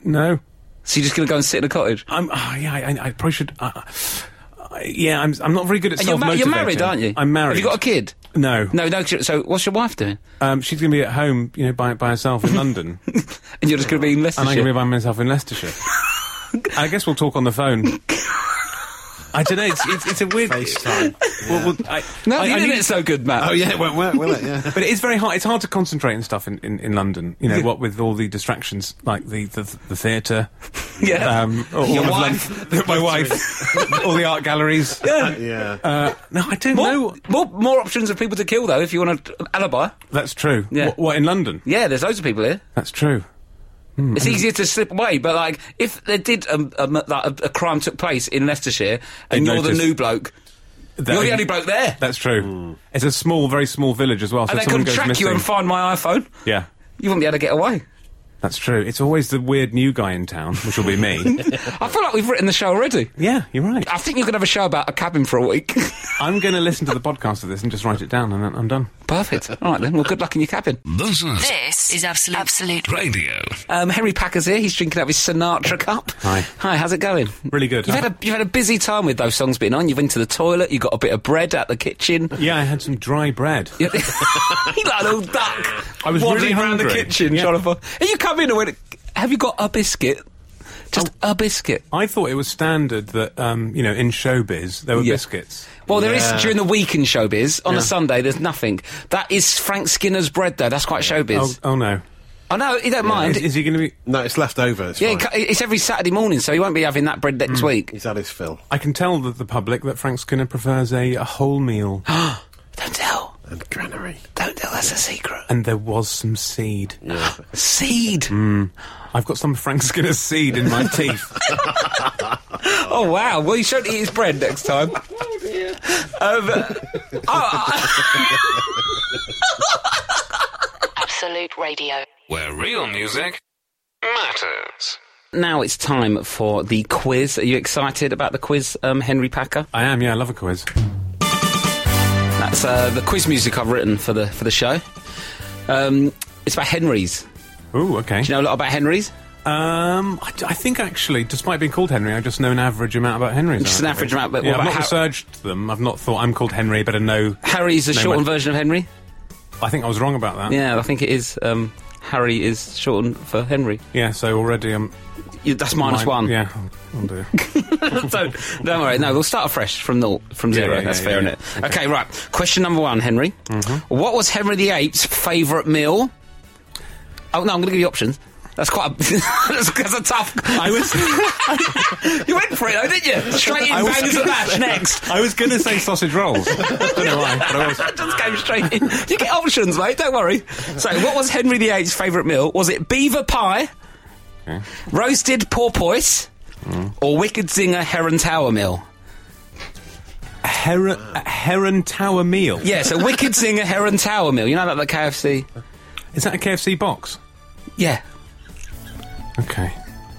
D: No,
A: So you're just going to go and sit in a cottage?
D: I'm. Oh, yeah, I, I- I probably should. Uh, uh, yeah, I'm. I'm not very good at
A: And you're,
D: self
A: ma- you're married, aren't you?
D: I'm married.
A: Have you got a kid?
D: No,
A: No, no. So what's your wife doing?
D: Um, she's going to be at home, you know, by by
A: [laughs]
D: herself in London, and
A: And you're just going to be in
D: I'm going to be
A: Leicestershire.
D: by myself in Leicestershire. I guess we'll talk on
A: [laughs]
D: the phone. I don't know. It's it's, it's a weird.
B: FaceTime.
A: [laughs]
D: Well, well, I,
A: No,
D: I-
A: the
D: I need-
A: internet's so good, Matt.
B: Oh yeah, it won't work, will it? Yeah.
D: But it is very hard. It's hard to concentrate and stuff in, in, in London. You know, what with all the distractions, like the the, the theatre,
A: [laughs] Yeah.
D: um, or
A: Your
D: all of
A: wife.
D: Lon- my wife, all the
A: [laughs]
D: art galleries.
B: [laughs] yeah.
D: Uh, no, I don't
A: More,
D: know.
A: more, more options of people to kill though. If you want an alibi,
D: That's true.
A: Yeah.
D: What, what in London?
A: yeah, there's loads of people here.
D: That's true. Hmm.
A: It's easier to slip away, but like if there did um, um, like, a, a crime took place in Leicestershire and
D: They'd
A: you're the
D: notice.
A: new bloke,
D: That-
A: you're the only bloke there,
D: That's true. It's a small, very small village as well. So
A: and
D: if
A: they
D: someone
A: couldn't
D: goes
A: track
D: missing,
A: you and find my iPhone.
D: yeah.
A: You wouldn't be able to get away.
D: That's true. It's always the weird new guy in town, which will
A: [laughs]
D: be me.
A: I feel like we've written the show already.
D: yeah, you're right.
A: I think you could have a show about a cabin for a week. [laughs]
D: I'm going to listen to the podcast of this and just write it down, and then I'm done.
A: Perfect. All right then. Well, good luck in your cabin.
C: This is
E: This is Absolute, Absolute
C: Radio.
A: Um, Harry Packer's here. He's drinking out of his Sinatra cup.
D: Hi.
A: Hi. How's it going?
D: Really good.
A: You've had a you've had a busy time with those songs being on. You've been to the toilet. You got a bit of bread out the kitchen.
D: Yeah, I had some dry bread.
A: You like an old duck.
D: I was
A: waddling
D: really
A: around the
D: hungry.
A: kitchen
D: Yeah.
A: trying to. Find, and you come in and went, "Have you got a biscuit? Just
D: Oh.
A: a biscuit."
D: I thought it was standard that, um, you know, in showbiz there were
A: Yeah.
D: biscuits.
A: Well, there is
B: Yeah.
A: during the week in showbiz. On a
D: Yeah.
A: Sunday, there's nothing. That is Frank Skinner's bread, though. That's quite
D: Oh,
A: showbiz.
D: oh no!
A: I know you don't mind.
D: Is, is he going to be?
B: No, it's left over. It's
A: yeah,
B: fine.
A: it cu- it's every Saturday morning, so he won't be having that bread
D: Mm.
A: next week.
B: He's had his fill.
D: I can tell the, the public that Frank Skinner prefers a, a whole
A: [gasps]
D: meal,
A: Don't tell.
B: And granary.
A: Don't tell. That's a secret.
D: and there was some seed.
A: Seed.
D: Mm. I've got some Frank Skinner seed
A: [laughs]
D: in my teeth.
A: Oh wow! Well, you should eat his bread next
D: [laughs]
A: time. Um, oh dear.
E: Absolute Radio.
C: Where real music matters.
A: now it's time for the quiz. Are you excited about the quiz, um, Henry Packer?
D: I am. Yeah, I love a quiz.
A: That's uh, the quiz music I've written for the for the show. Um, it's about Henrys.
D: Ooh, okay.
A: Do you know a lot about Henrys?
D: Um, I, I think actually, despite being called Henry, I just know an average amount about Henrys.
A: Just an average amount, but
D: yeah,
A: what
D: I've
A: about
D: not
A: Har-
D: researched them. I've not thought I'm called Henry, but I know.
A: Harry's a
D: No, Oh.
A: shortened
D: but-
A: version of Henry.
D: I think I was wrong about that.
A: Yeah, I think it is. Um, Harry is shortened for Henry.
D: Yeah, so already I'm
A: You, that's minus
D: mine-
A: one.
D: Yeah, oh, oh dear.
A: [laughs] don't, don't worry. No, we'll start afresh from nil, from zero.
D: yeah,
A: That's
D: yeah,
A: fair,
D: yeah. Mm-hmm.
A: isn't it? Okay. right. Question number one, Henry. What was Henry VIII's favourite meal? Oh no, I'm going to give you options. That's quite a, [laughs] that's, that's a tough.
D: I was
A: [laughs] you went for it, though, didn't you? Straight in,
D: I was [laughs]
A: bangers and
D: gonna
A: mash
D: say-
A: next.
D: I was going to say sausage
A: [laughs]
D: rolls. don't know why, but I was.
A: Just came straight in. You get options, mate. Don't worry. So, what was Henry VIII's favourite meal? Was it beaver pie, roasted porpoise,
D: Mm.
A: or wicked zinger heron tower meal?
D: A heron, a heron tower meal.
A: Yeah, so wicked zinger heron tower meal. You know that the KFC.
D: Is that a KFC box?
A: Yeah.
D: Okay.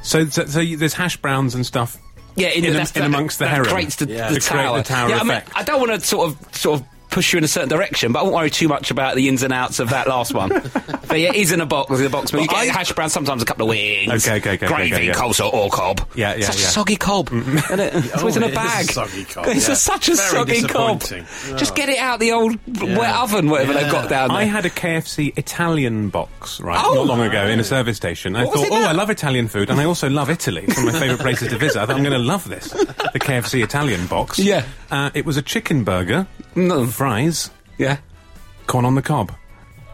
D: So, so, so you, there's hash browns and stuff.
A: Yeah, in,
D: In
A: the,
D: am-
A: that's
D: in
A: the-
D: amongst the
A: that
D: heron.
A: creates the,
D: Yeah.
A: the
D: To create
A: tower.
D: the tower
A: yeah, I mean,
D: effect.
A: I don't want to sort of sort of push you in a certain direction, but I won't worry too much about the ins and outs of that last
D: [laughs]
A: one. but yeah, it is in a box. In a box, but you get hash brown, sometimes a couple of wings.
D: Okay, okay, okay, okay,
A: Gravy,
D: okay, yeah.
A: coleslaw, or cob.
D: Yeah, yeah,
A: Such
D: yeah. Oh,
A: soggy
D: [laughs]
A: cob. isn't it? It's always in
B: it
A: a
B: is a
A: bag.
B: soggy cob,
A: [laughs] It's
B: yeah.
A: a, such a
B: Very
A: soggy cob.
B: disappointing.
A: Just get it out the old wet oven, whatever they've got down there.
D: I had a KFC Italian box, right,
A: Oh!
D: not long ago in a service station. I
A: What was
D: thought,
A: it
D: oh,
A: now?
D: I love Italian food, and I also love Italy. It's one of my favourite places to visit. I thought, I'm going to love this. The KFC Italian box.
A: Yeah.
D: Uh, it was a chicken burger,
A: No.
D: fries,
A: yeah.
D: corn on the cob.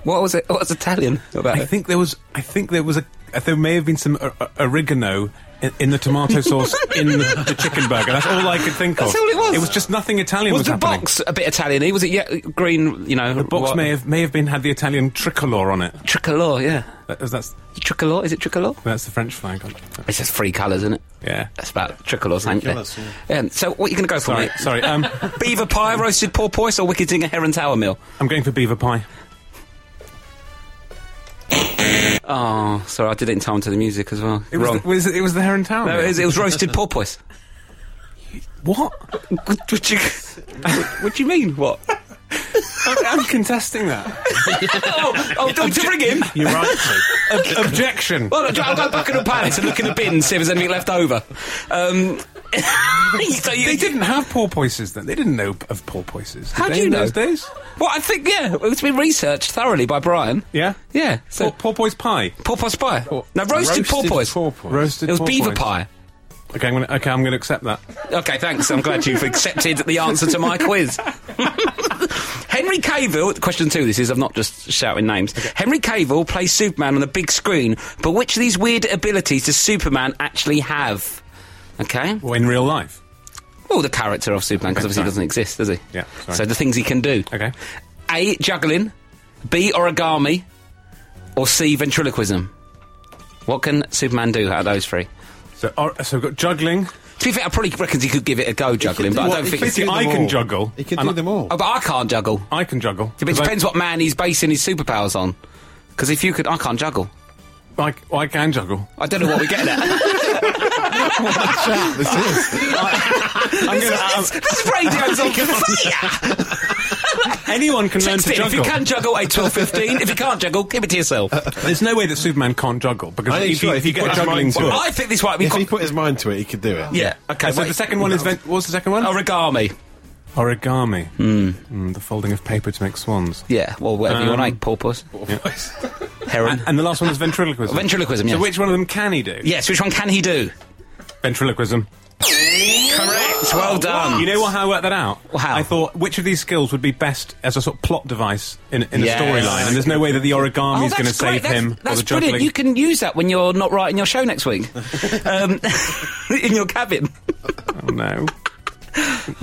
A: What was it? What was Italian about
D: I
A: it?
D: think there was, I think there was a, uh, there may have been some o- o- oregano in, in
A: [laughs]
D: the tomato sauce in the, the chicken burger. That's all I could think of.
A: That's all it was.
D: It was just nothing Italian was,
A: Was the
D: happening.
A: box a bit Italian? Was it yeah, green? You know,
D: The box may have may have been had the Italian tricolor on it.
A: tricolor. Yeah.
D: That, that's
A: Tricolor? Is it tricolor?
D: That's the French flag. On.
A: It's just three colours, isn't it?
D: Yeah.
A: That's about tricolor, thank you.
B: colours,
A: Um, so what are you going to go for,
D: Sorry,
A: mate?
D: sorry. Um,
A: [laughs] Beaver pie, roasted porpoise, or wicked zinger heron tower meal?
D: I'm going for beaver pie.
A: Oh, sorry, I did it in time to the music as well.
D: It was,
A: Wrong.
D: The, was it, it was the heron tower.
A: no,
D: meal.
A: it was, it was roasted porpoise.
D: What?
A: What, what you, what, what do you mean? What?
D: I'm, I'm contesting that.
A: oh, oh, don't you bring him?
B: You're
D: [laughs]
B: right.
D: Objection.
A: Well, I'll go back in the palace and look in the bin and see if there's anything left over. Um, [laughs] so you,
D: They didn't have porpoises then. They didn't know of porpoises. did
A: How do
D: they,
A: you
D: in
A: know?
D: those days?
A: Well, I think yeah, it's been researched thoroughly by Brian.
D: Yeah.
A: Yeah, so
D: Por- porpoise pie.
A: porpoise pie.
D: Por-
A: no, roasted, porpoise.
B: porpoise.
D: Roasted.
A: it was beaver
D: porpoise.
A: pie.
D: Okay, I'm gonna. Okay, I'm gonna accept that.
A: Okay, thanks. I'm glad you've accepted the answer to my quiz. [laughs] Henry Cavill, question two this is, I'm not just shouting names. Henry Cavill plays Superman on the big screen, but which of these weird abilities does Superman actually have? Okay?
D: Well, in real life.
A: Well, the character of Superman, because obviously he
D: sorry.
A: doesn't exist, does he?
D: Yeah, sorry.
A: So the things he can do.
D: Okay.
A: A. Juggling. B. Origami. Or C. Ventriloquism. What can Superman do out of those three?
D: So, or, so we've got juggling.
A: To be fair, I probably reckon he could give it a go juggling, but I don't think.
D: Basically, I can juggle.
B: He can
D: I'm
B: do
D: a-
B: them all.
A: Oh, but I can't juggle.
D: I can juggle.
A: It
D: 'Cause I-
A: depends what man he's basing his superpowers on. Because if you could, I can't juggle.
D: I, I can juggle.
A: I don't know what we're getting at.
D: [laughs]
A: [laughs]
D: I'm gonna, uh,
A: this, this radio's on fire.
D: anyone can [laughs] learn
A: Text
D: to
A: it. If you
D: juggle. Uh,
A: can juggle, a twelve fifteen. If you can't juggle, keep it to yourself.
D: There's no way that Superman can't juggle because
B: I think
D: if,
B: so,
D: you,
B: if
D: if you
B: he
D: get
B: put his
D: juggling
B: mind
D: to
B: to
D: it.
B: it.
A: I think this right. We
B: if he
A: got
B: put his mind to it, he could do it.
A: yeah. Okay.
D: so
A: wait.
D: the second one is ven- what's the second one?
A: Oh, origami.
D: Origami.
B: Hmm.
D: Mm, the folding of paper to make swans.
A: Yeah. Well, whatever you
D: Um,
A: want. Egg, porpoise, heron.
D: And, and the last one is ventriloquism.
A: Ventriloquism, yes.
D: So which one of them can he do?
A: yes. Which one can he do?
D: Ventriloquism.
A: Correct. Well done.
D: You know what, Oh, how I worked that out?
A: How?
D: I thought which of these skills would be best as a sort of plot device in, in
A: Yes.
D: a storyline, and there's no way that the origami
A: Oh,
D: is going to
A: that's great.
D: save
A: that's,
D: him
A: That's
D: or the juggling.
A: brilliant. You can use that when you're not writing your show next
D: [laughs]
A: week, um, [laughs] in your cabin.
D: Oh, no.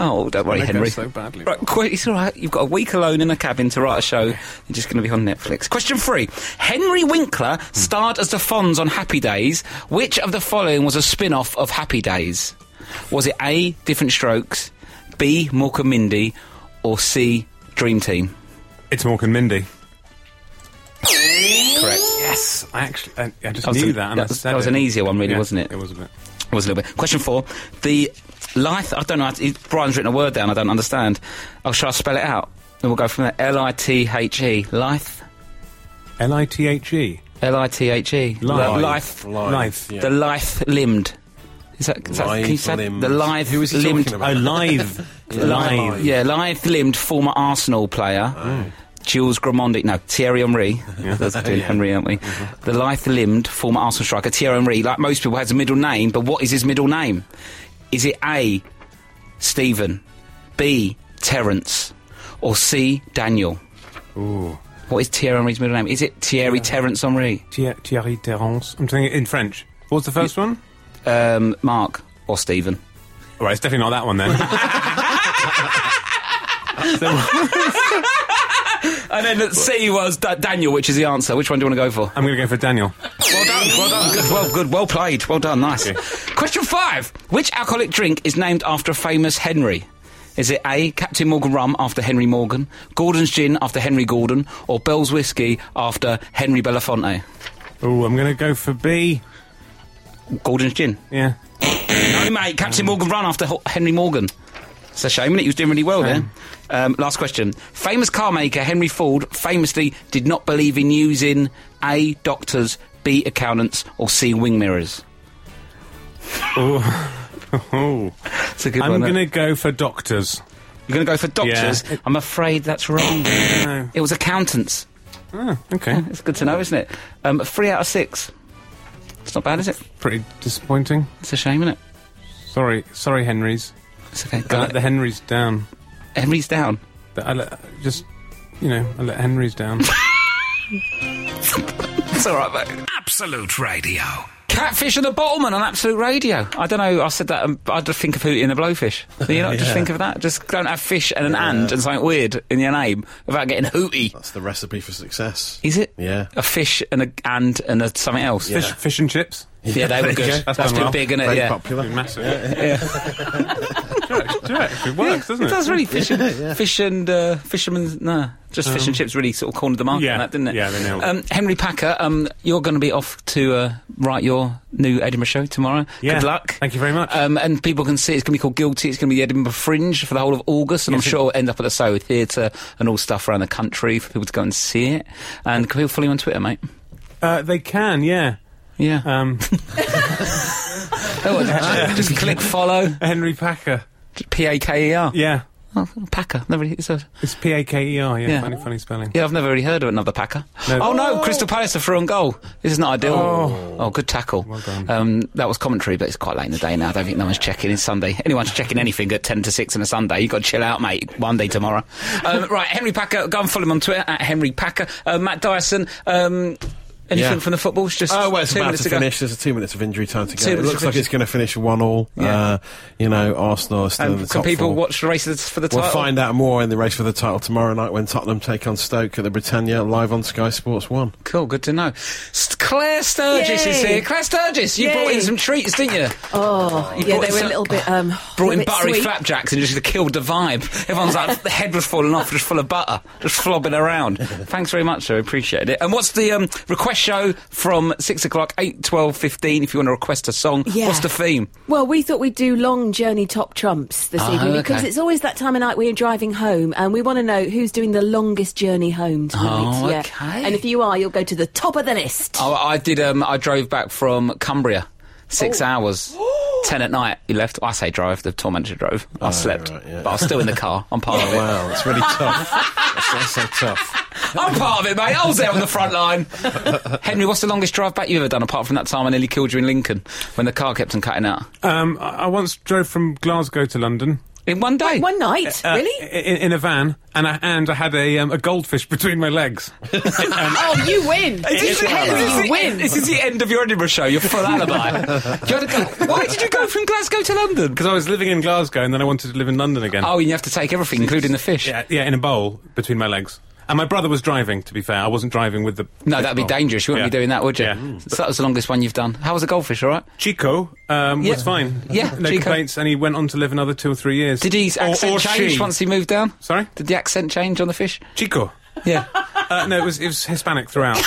A: Oh, don't worry,
D: That
A: Henry.
D: goes so badly.
A: Right, qu- it's all right. You've got a week alone in a cabin to write a show. You're just going to be on Netflix. Question three: Henry Winkler starred as the Fonz on Happy Days. Which of the following was a spin-off of Happy Days? Was it A. Different Strokes, B. Mork and Mindy, or C. Dream Team?
D: It's Mork and Mindy. Correct. Yes, I actually, I, I just
A: was
D: knew
A: an-
D: that.
A: that
D: And I
A: was-
D: said
A: that was
D: it.
A: an easier one, really,
D: Yeah,
A: wasn't it?
D: It was a bit.
A: Was a little bit. Question four: The life. I don't know. how to- Brian's written a word down. I don't understand. Oh, shall I spell it out? And we'll go from there. L I T H E. Life.
D: L I T H E.
A: L I T H E.
D: Life.
A: Life.
D: Life.
B: Yeah.
A: The lithe limbed. Is that, is that can you say
B: Lithe-limbed.
A: the lithe
B: Who is he
A: limbed?
B: talking about?
D: Oh, [laughs] live. live.
A: Yeah, lithe limbed former Arsenal player. Jules Gramondi, no, Thierry [laughs] Henry. That's doing Henry, aren't we? The lithe limbed former Arsenal striker, Thierry Henry, like most people, has a middle name, but what is his middle name? Is it A, Stephen, B, Terence, or C, Daniel?
D: Ooh.
A: What is Thierry Henry's middle name? Is it Thierry Terence Henry?
D: Thie- Thierry Terence. I'm saying it in French. What's the first one?
A: Um, Mark or Stephen?
D: All right, it's definitely not that one [laughs] then.
A: And then the C was da- Daniel, which is the answer. Which one do you want to go for?
D: I'm going to go for Daniel.
A: Well done, well done. Good, well, good, well played. Well done, nice. Question five. Which alcoholic drink is named after a famous Henry? Is it A, Captain Morgan Rum after Henry Morgan, Gordon's Gin after Henry Gordon, or Bell's Whiskey after Henry Belafonte?
D: Ooh, I'm going to go for B.
A: Gordon's Gin.
D: Yeah.
A: No, mate, Captain Morgan Rum after Ho- Henry Morgan. It's a shame, is He was doing really well there. Um, last question. Famous car maker Henry Ford famously did not believe in using A, doctors, B, accountants, or C, wing mirrors.
D: Ooh. [laughs] Ooh.
A: It's a good
D: I'm
A: one, eh?
D: going
A: that.
D: to go for doctors.
A: You're going to go for doctors.
D: Yeah.
A: I'm afraid that's wrong.
D: No.
A: it was accountants.
D: Oh,
A: [laughs]
D: okay.
A: It's good to know, isn't it? Um, three out of six. It's not bad, is it?
D: Pretty disappointing.
A: It's a shame, isn't it?
D: Sorry, sorry, Henrys.
A: It's okay.
D: I
A: Go.
D: let the Henrys down.
A: Henry's down.
D: I let, just, you know, I let Henrys down.
A: It's all right, mate.
C: Absolute Radio.
A: Catfish and the Bottleman on Absolute Radio. I don't know. I said that. Um, I just think of Hootie and the [laughs] Blowfish. You know, just
B: Yeah.
A: think of that. Just don't have fish and an and and something weird in your name without getting Hootie.
B: That's the recipe for success.
A: Is it?
B: Yeah.
A: A fish and a and and a something else.
D: Fish, fish and chips.
A: Yeah, they were good.
D: That's
A: That's,
D: done
A: been
D: well.
A: big, innit?
B: Very
A: Yeah.
B: popular.
D: Massive. [laughs] Do it. If It works, doesn't
A: It
D: it?
A: does really fish and
D: [laughs]
A: fish and uh, fishermen. No, just fish and chips really sort of cornered the market
D: Um, yeah.
A: on that, didn't it?
D: Yeah, they nailed it.
A: Um, Henry Packer, um, you're going to be off to uh, write your new Edinburgh show tomorrow.
D: Yeah.
A: Good luck.
D: Thank you very much.
A: Um, and people can see it's going to be called Guilty. It's going to be the Edinburgh Fringe for the whole of August, and I'm sure it'll end up at the Soho Theatre and all stuff around the country for people to go and see it. And can people follow you on Twitter, mate?
D: Uh, they can, yeah.
A: Yeah.
D: Um, [laughs]
A: oh, actually, just click follow.
D: Henry Packer.
A: P A K E R.
D: Yeah.
A: Oh, Packer. Never. It's a,
D: It's P A K E R, yeah.
A: Yeah.
D: Funny, funny spelling.
A: Yeah, I've never really heard of another Packer.
D: No.
A: Oh no, Crystal Palace are through on goal. This is not ideal. Oh, good tackle. um, that was commentary, but it's quite late in the day now. I don't think no one's checking. It's Sunday. Anyone's checking anything at 10 to 6 on a Sunday. You've got to chill out, mate. Monday tomorrow. Um, right, Henry Packer. Go and follow him on Twitter at Henry Packer. Uh, Matt Dyson. Um, anything
B: Yeah.
A: from the footballs? Just
B: Oh, well, it's
A: two
B: about
A: minutes
B: to
A: ago.
B: finish. There's two minutes of injury time to go.
A: Two
B: It
A: minutes
B: looks
A: to
B: like
A: finish.
B: it's going to finish one all.
A: Yeah.
B: Uh, you know, Arsenal are still in
A: And
B: the
A: Um, can
B: top
A: people
B: four.
A: watch races for the
B: We'll
A: title?
B: find out more in the race for the title tomorrow night when Tottenham take on Stoke at the Britannia live on Sky Sports
A: [laughs]
B: One.
A: Cool, good to know. S- Claire Sturgis is
H: Yay.
A: here. Claire Sturgis, you
H: Yay.
A: brought in some treats, didn't you?
H: Oh, yeah,
A: brought
H: they were
A: some-
H: a little bit.
A: [sighs]
H: Um,
A: brought in
H: a bit
A: buttery
H: sweet.
A: flapjacks and just killed the vibe. Everyone's like, the head was falling off, just full of butter, just flobbing around. Thanks very much, sir. Appreciate it. And what's the um, request show from 6 o'clock, 8, 12, 15, if you want to request a song?
H: Yeah.
A: What's the theme?
H: Well, we thought we'd do long journey top trumps this
A: Oh,
H: evening because
A: okay.
H: it's always that time of night where you're driving home and we want to know who's doing the longest journey home tonight.
A: Oh,
H: yeah.
A: okay.
H: And if you are, you'll go to the top of the list.
A: Oh, I did, um, I drove back from Cumbria, six
H: Oh. [gasps]
A: hours. 10 at night, you left. I say drive, the tour manager drove. I slept.
B: Oh, right, yeah.
A: But I was still in the car. I'm part of it.
B: Oh, Wow, that's really tough. That's, that's so tough.
A: I'm part of it, mate. I was there on the front line. Henry, what's the longest drive back you've ever done, apart from that time I nearly killed you in Lincoln when the car kept on cutting out?
D: Um, I, I once drove from Glasgow to London.
A: In one day?
H: One night,
D: uh,
H: really?
D: In, in a van, and I, and I had a, um, a goldfish [laughs] between my
A: [laughs]
D: legs.
H: oh, you win.
A: This is,
H: Henry,
A: this is the-
H: you win.
A: this is the end of your Edinburgh show. You're full alibi. You had to go- why did you go from Glasgow to London?
D: Because I was living in Glasgow, and then I wanted to live in London again.
A: Oh, you have to take everything, including the fish.
D: Yeah, yeah, in a bowl between my legs. And my brother was driving. To be fair, I wasn't driving with the.
A: No, that'd be
D: bowl.
A: dangerous. You wouldn't be
D: Yeah.
A: doing that, would you?
D: Yeah.
A: So that was the longest one you've done. How was a goldfish, all right?
D: Chico um,
A: Yeah.
D: was fine.
A: Yeah,
D: no
A: Chico.
D: complaints, and he went on to live another two or three years.
A: Did his
D: Or-
A: accent
D: or
A: change
D: she.
A: once he moved down?
D: Sorry,
A: Did the accent change on the fish?
D: Chico.
A: Yeah.
D: Uh, no, it was it was Hispanic throughout.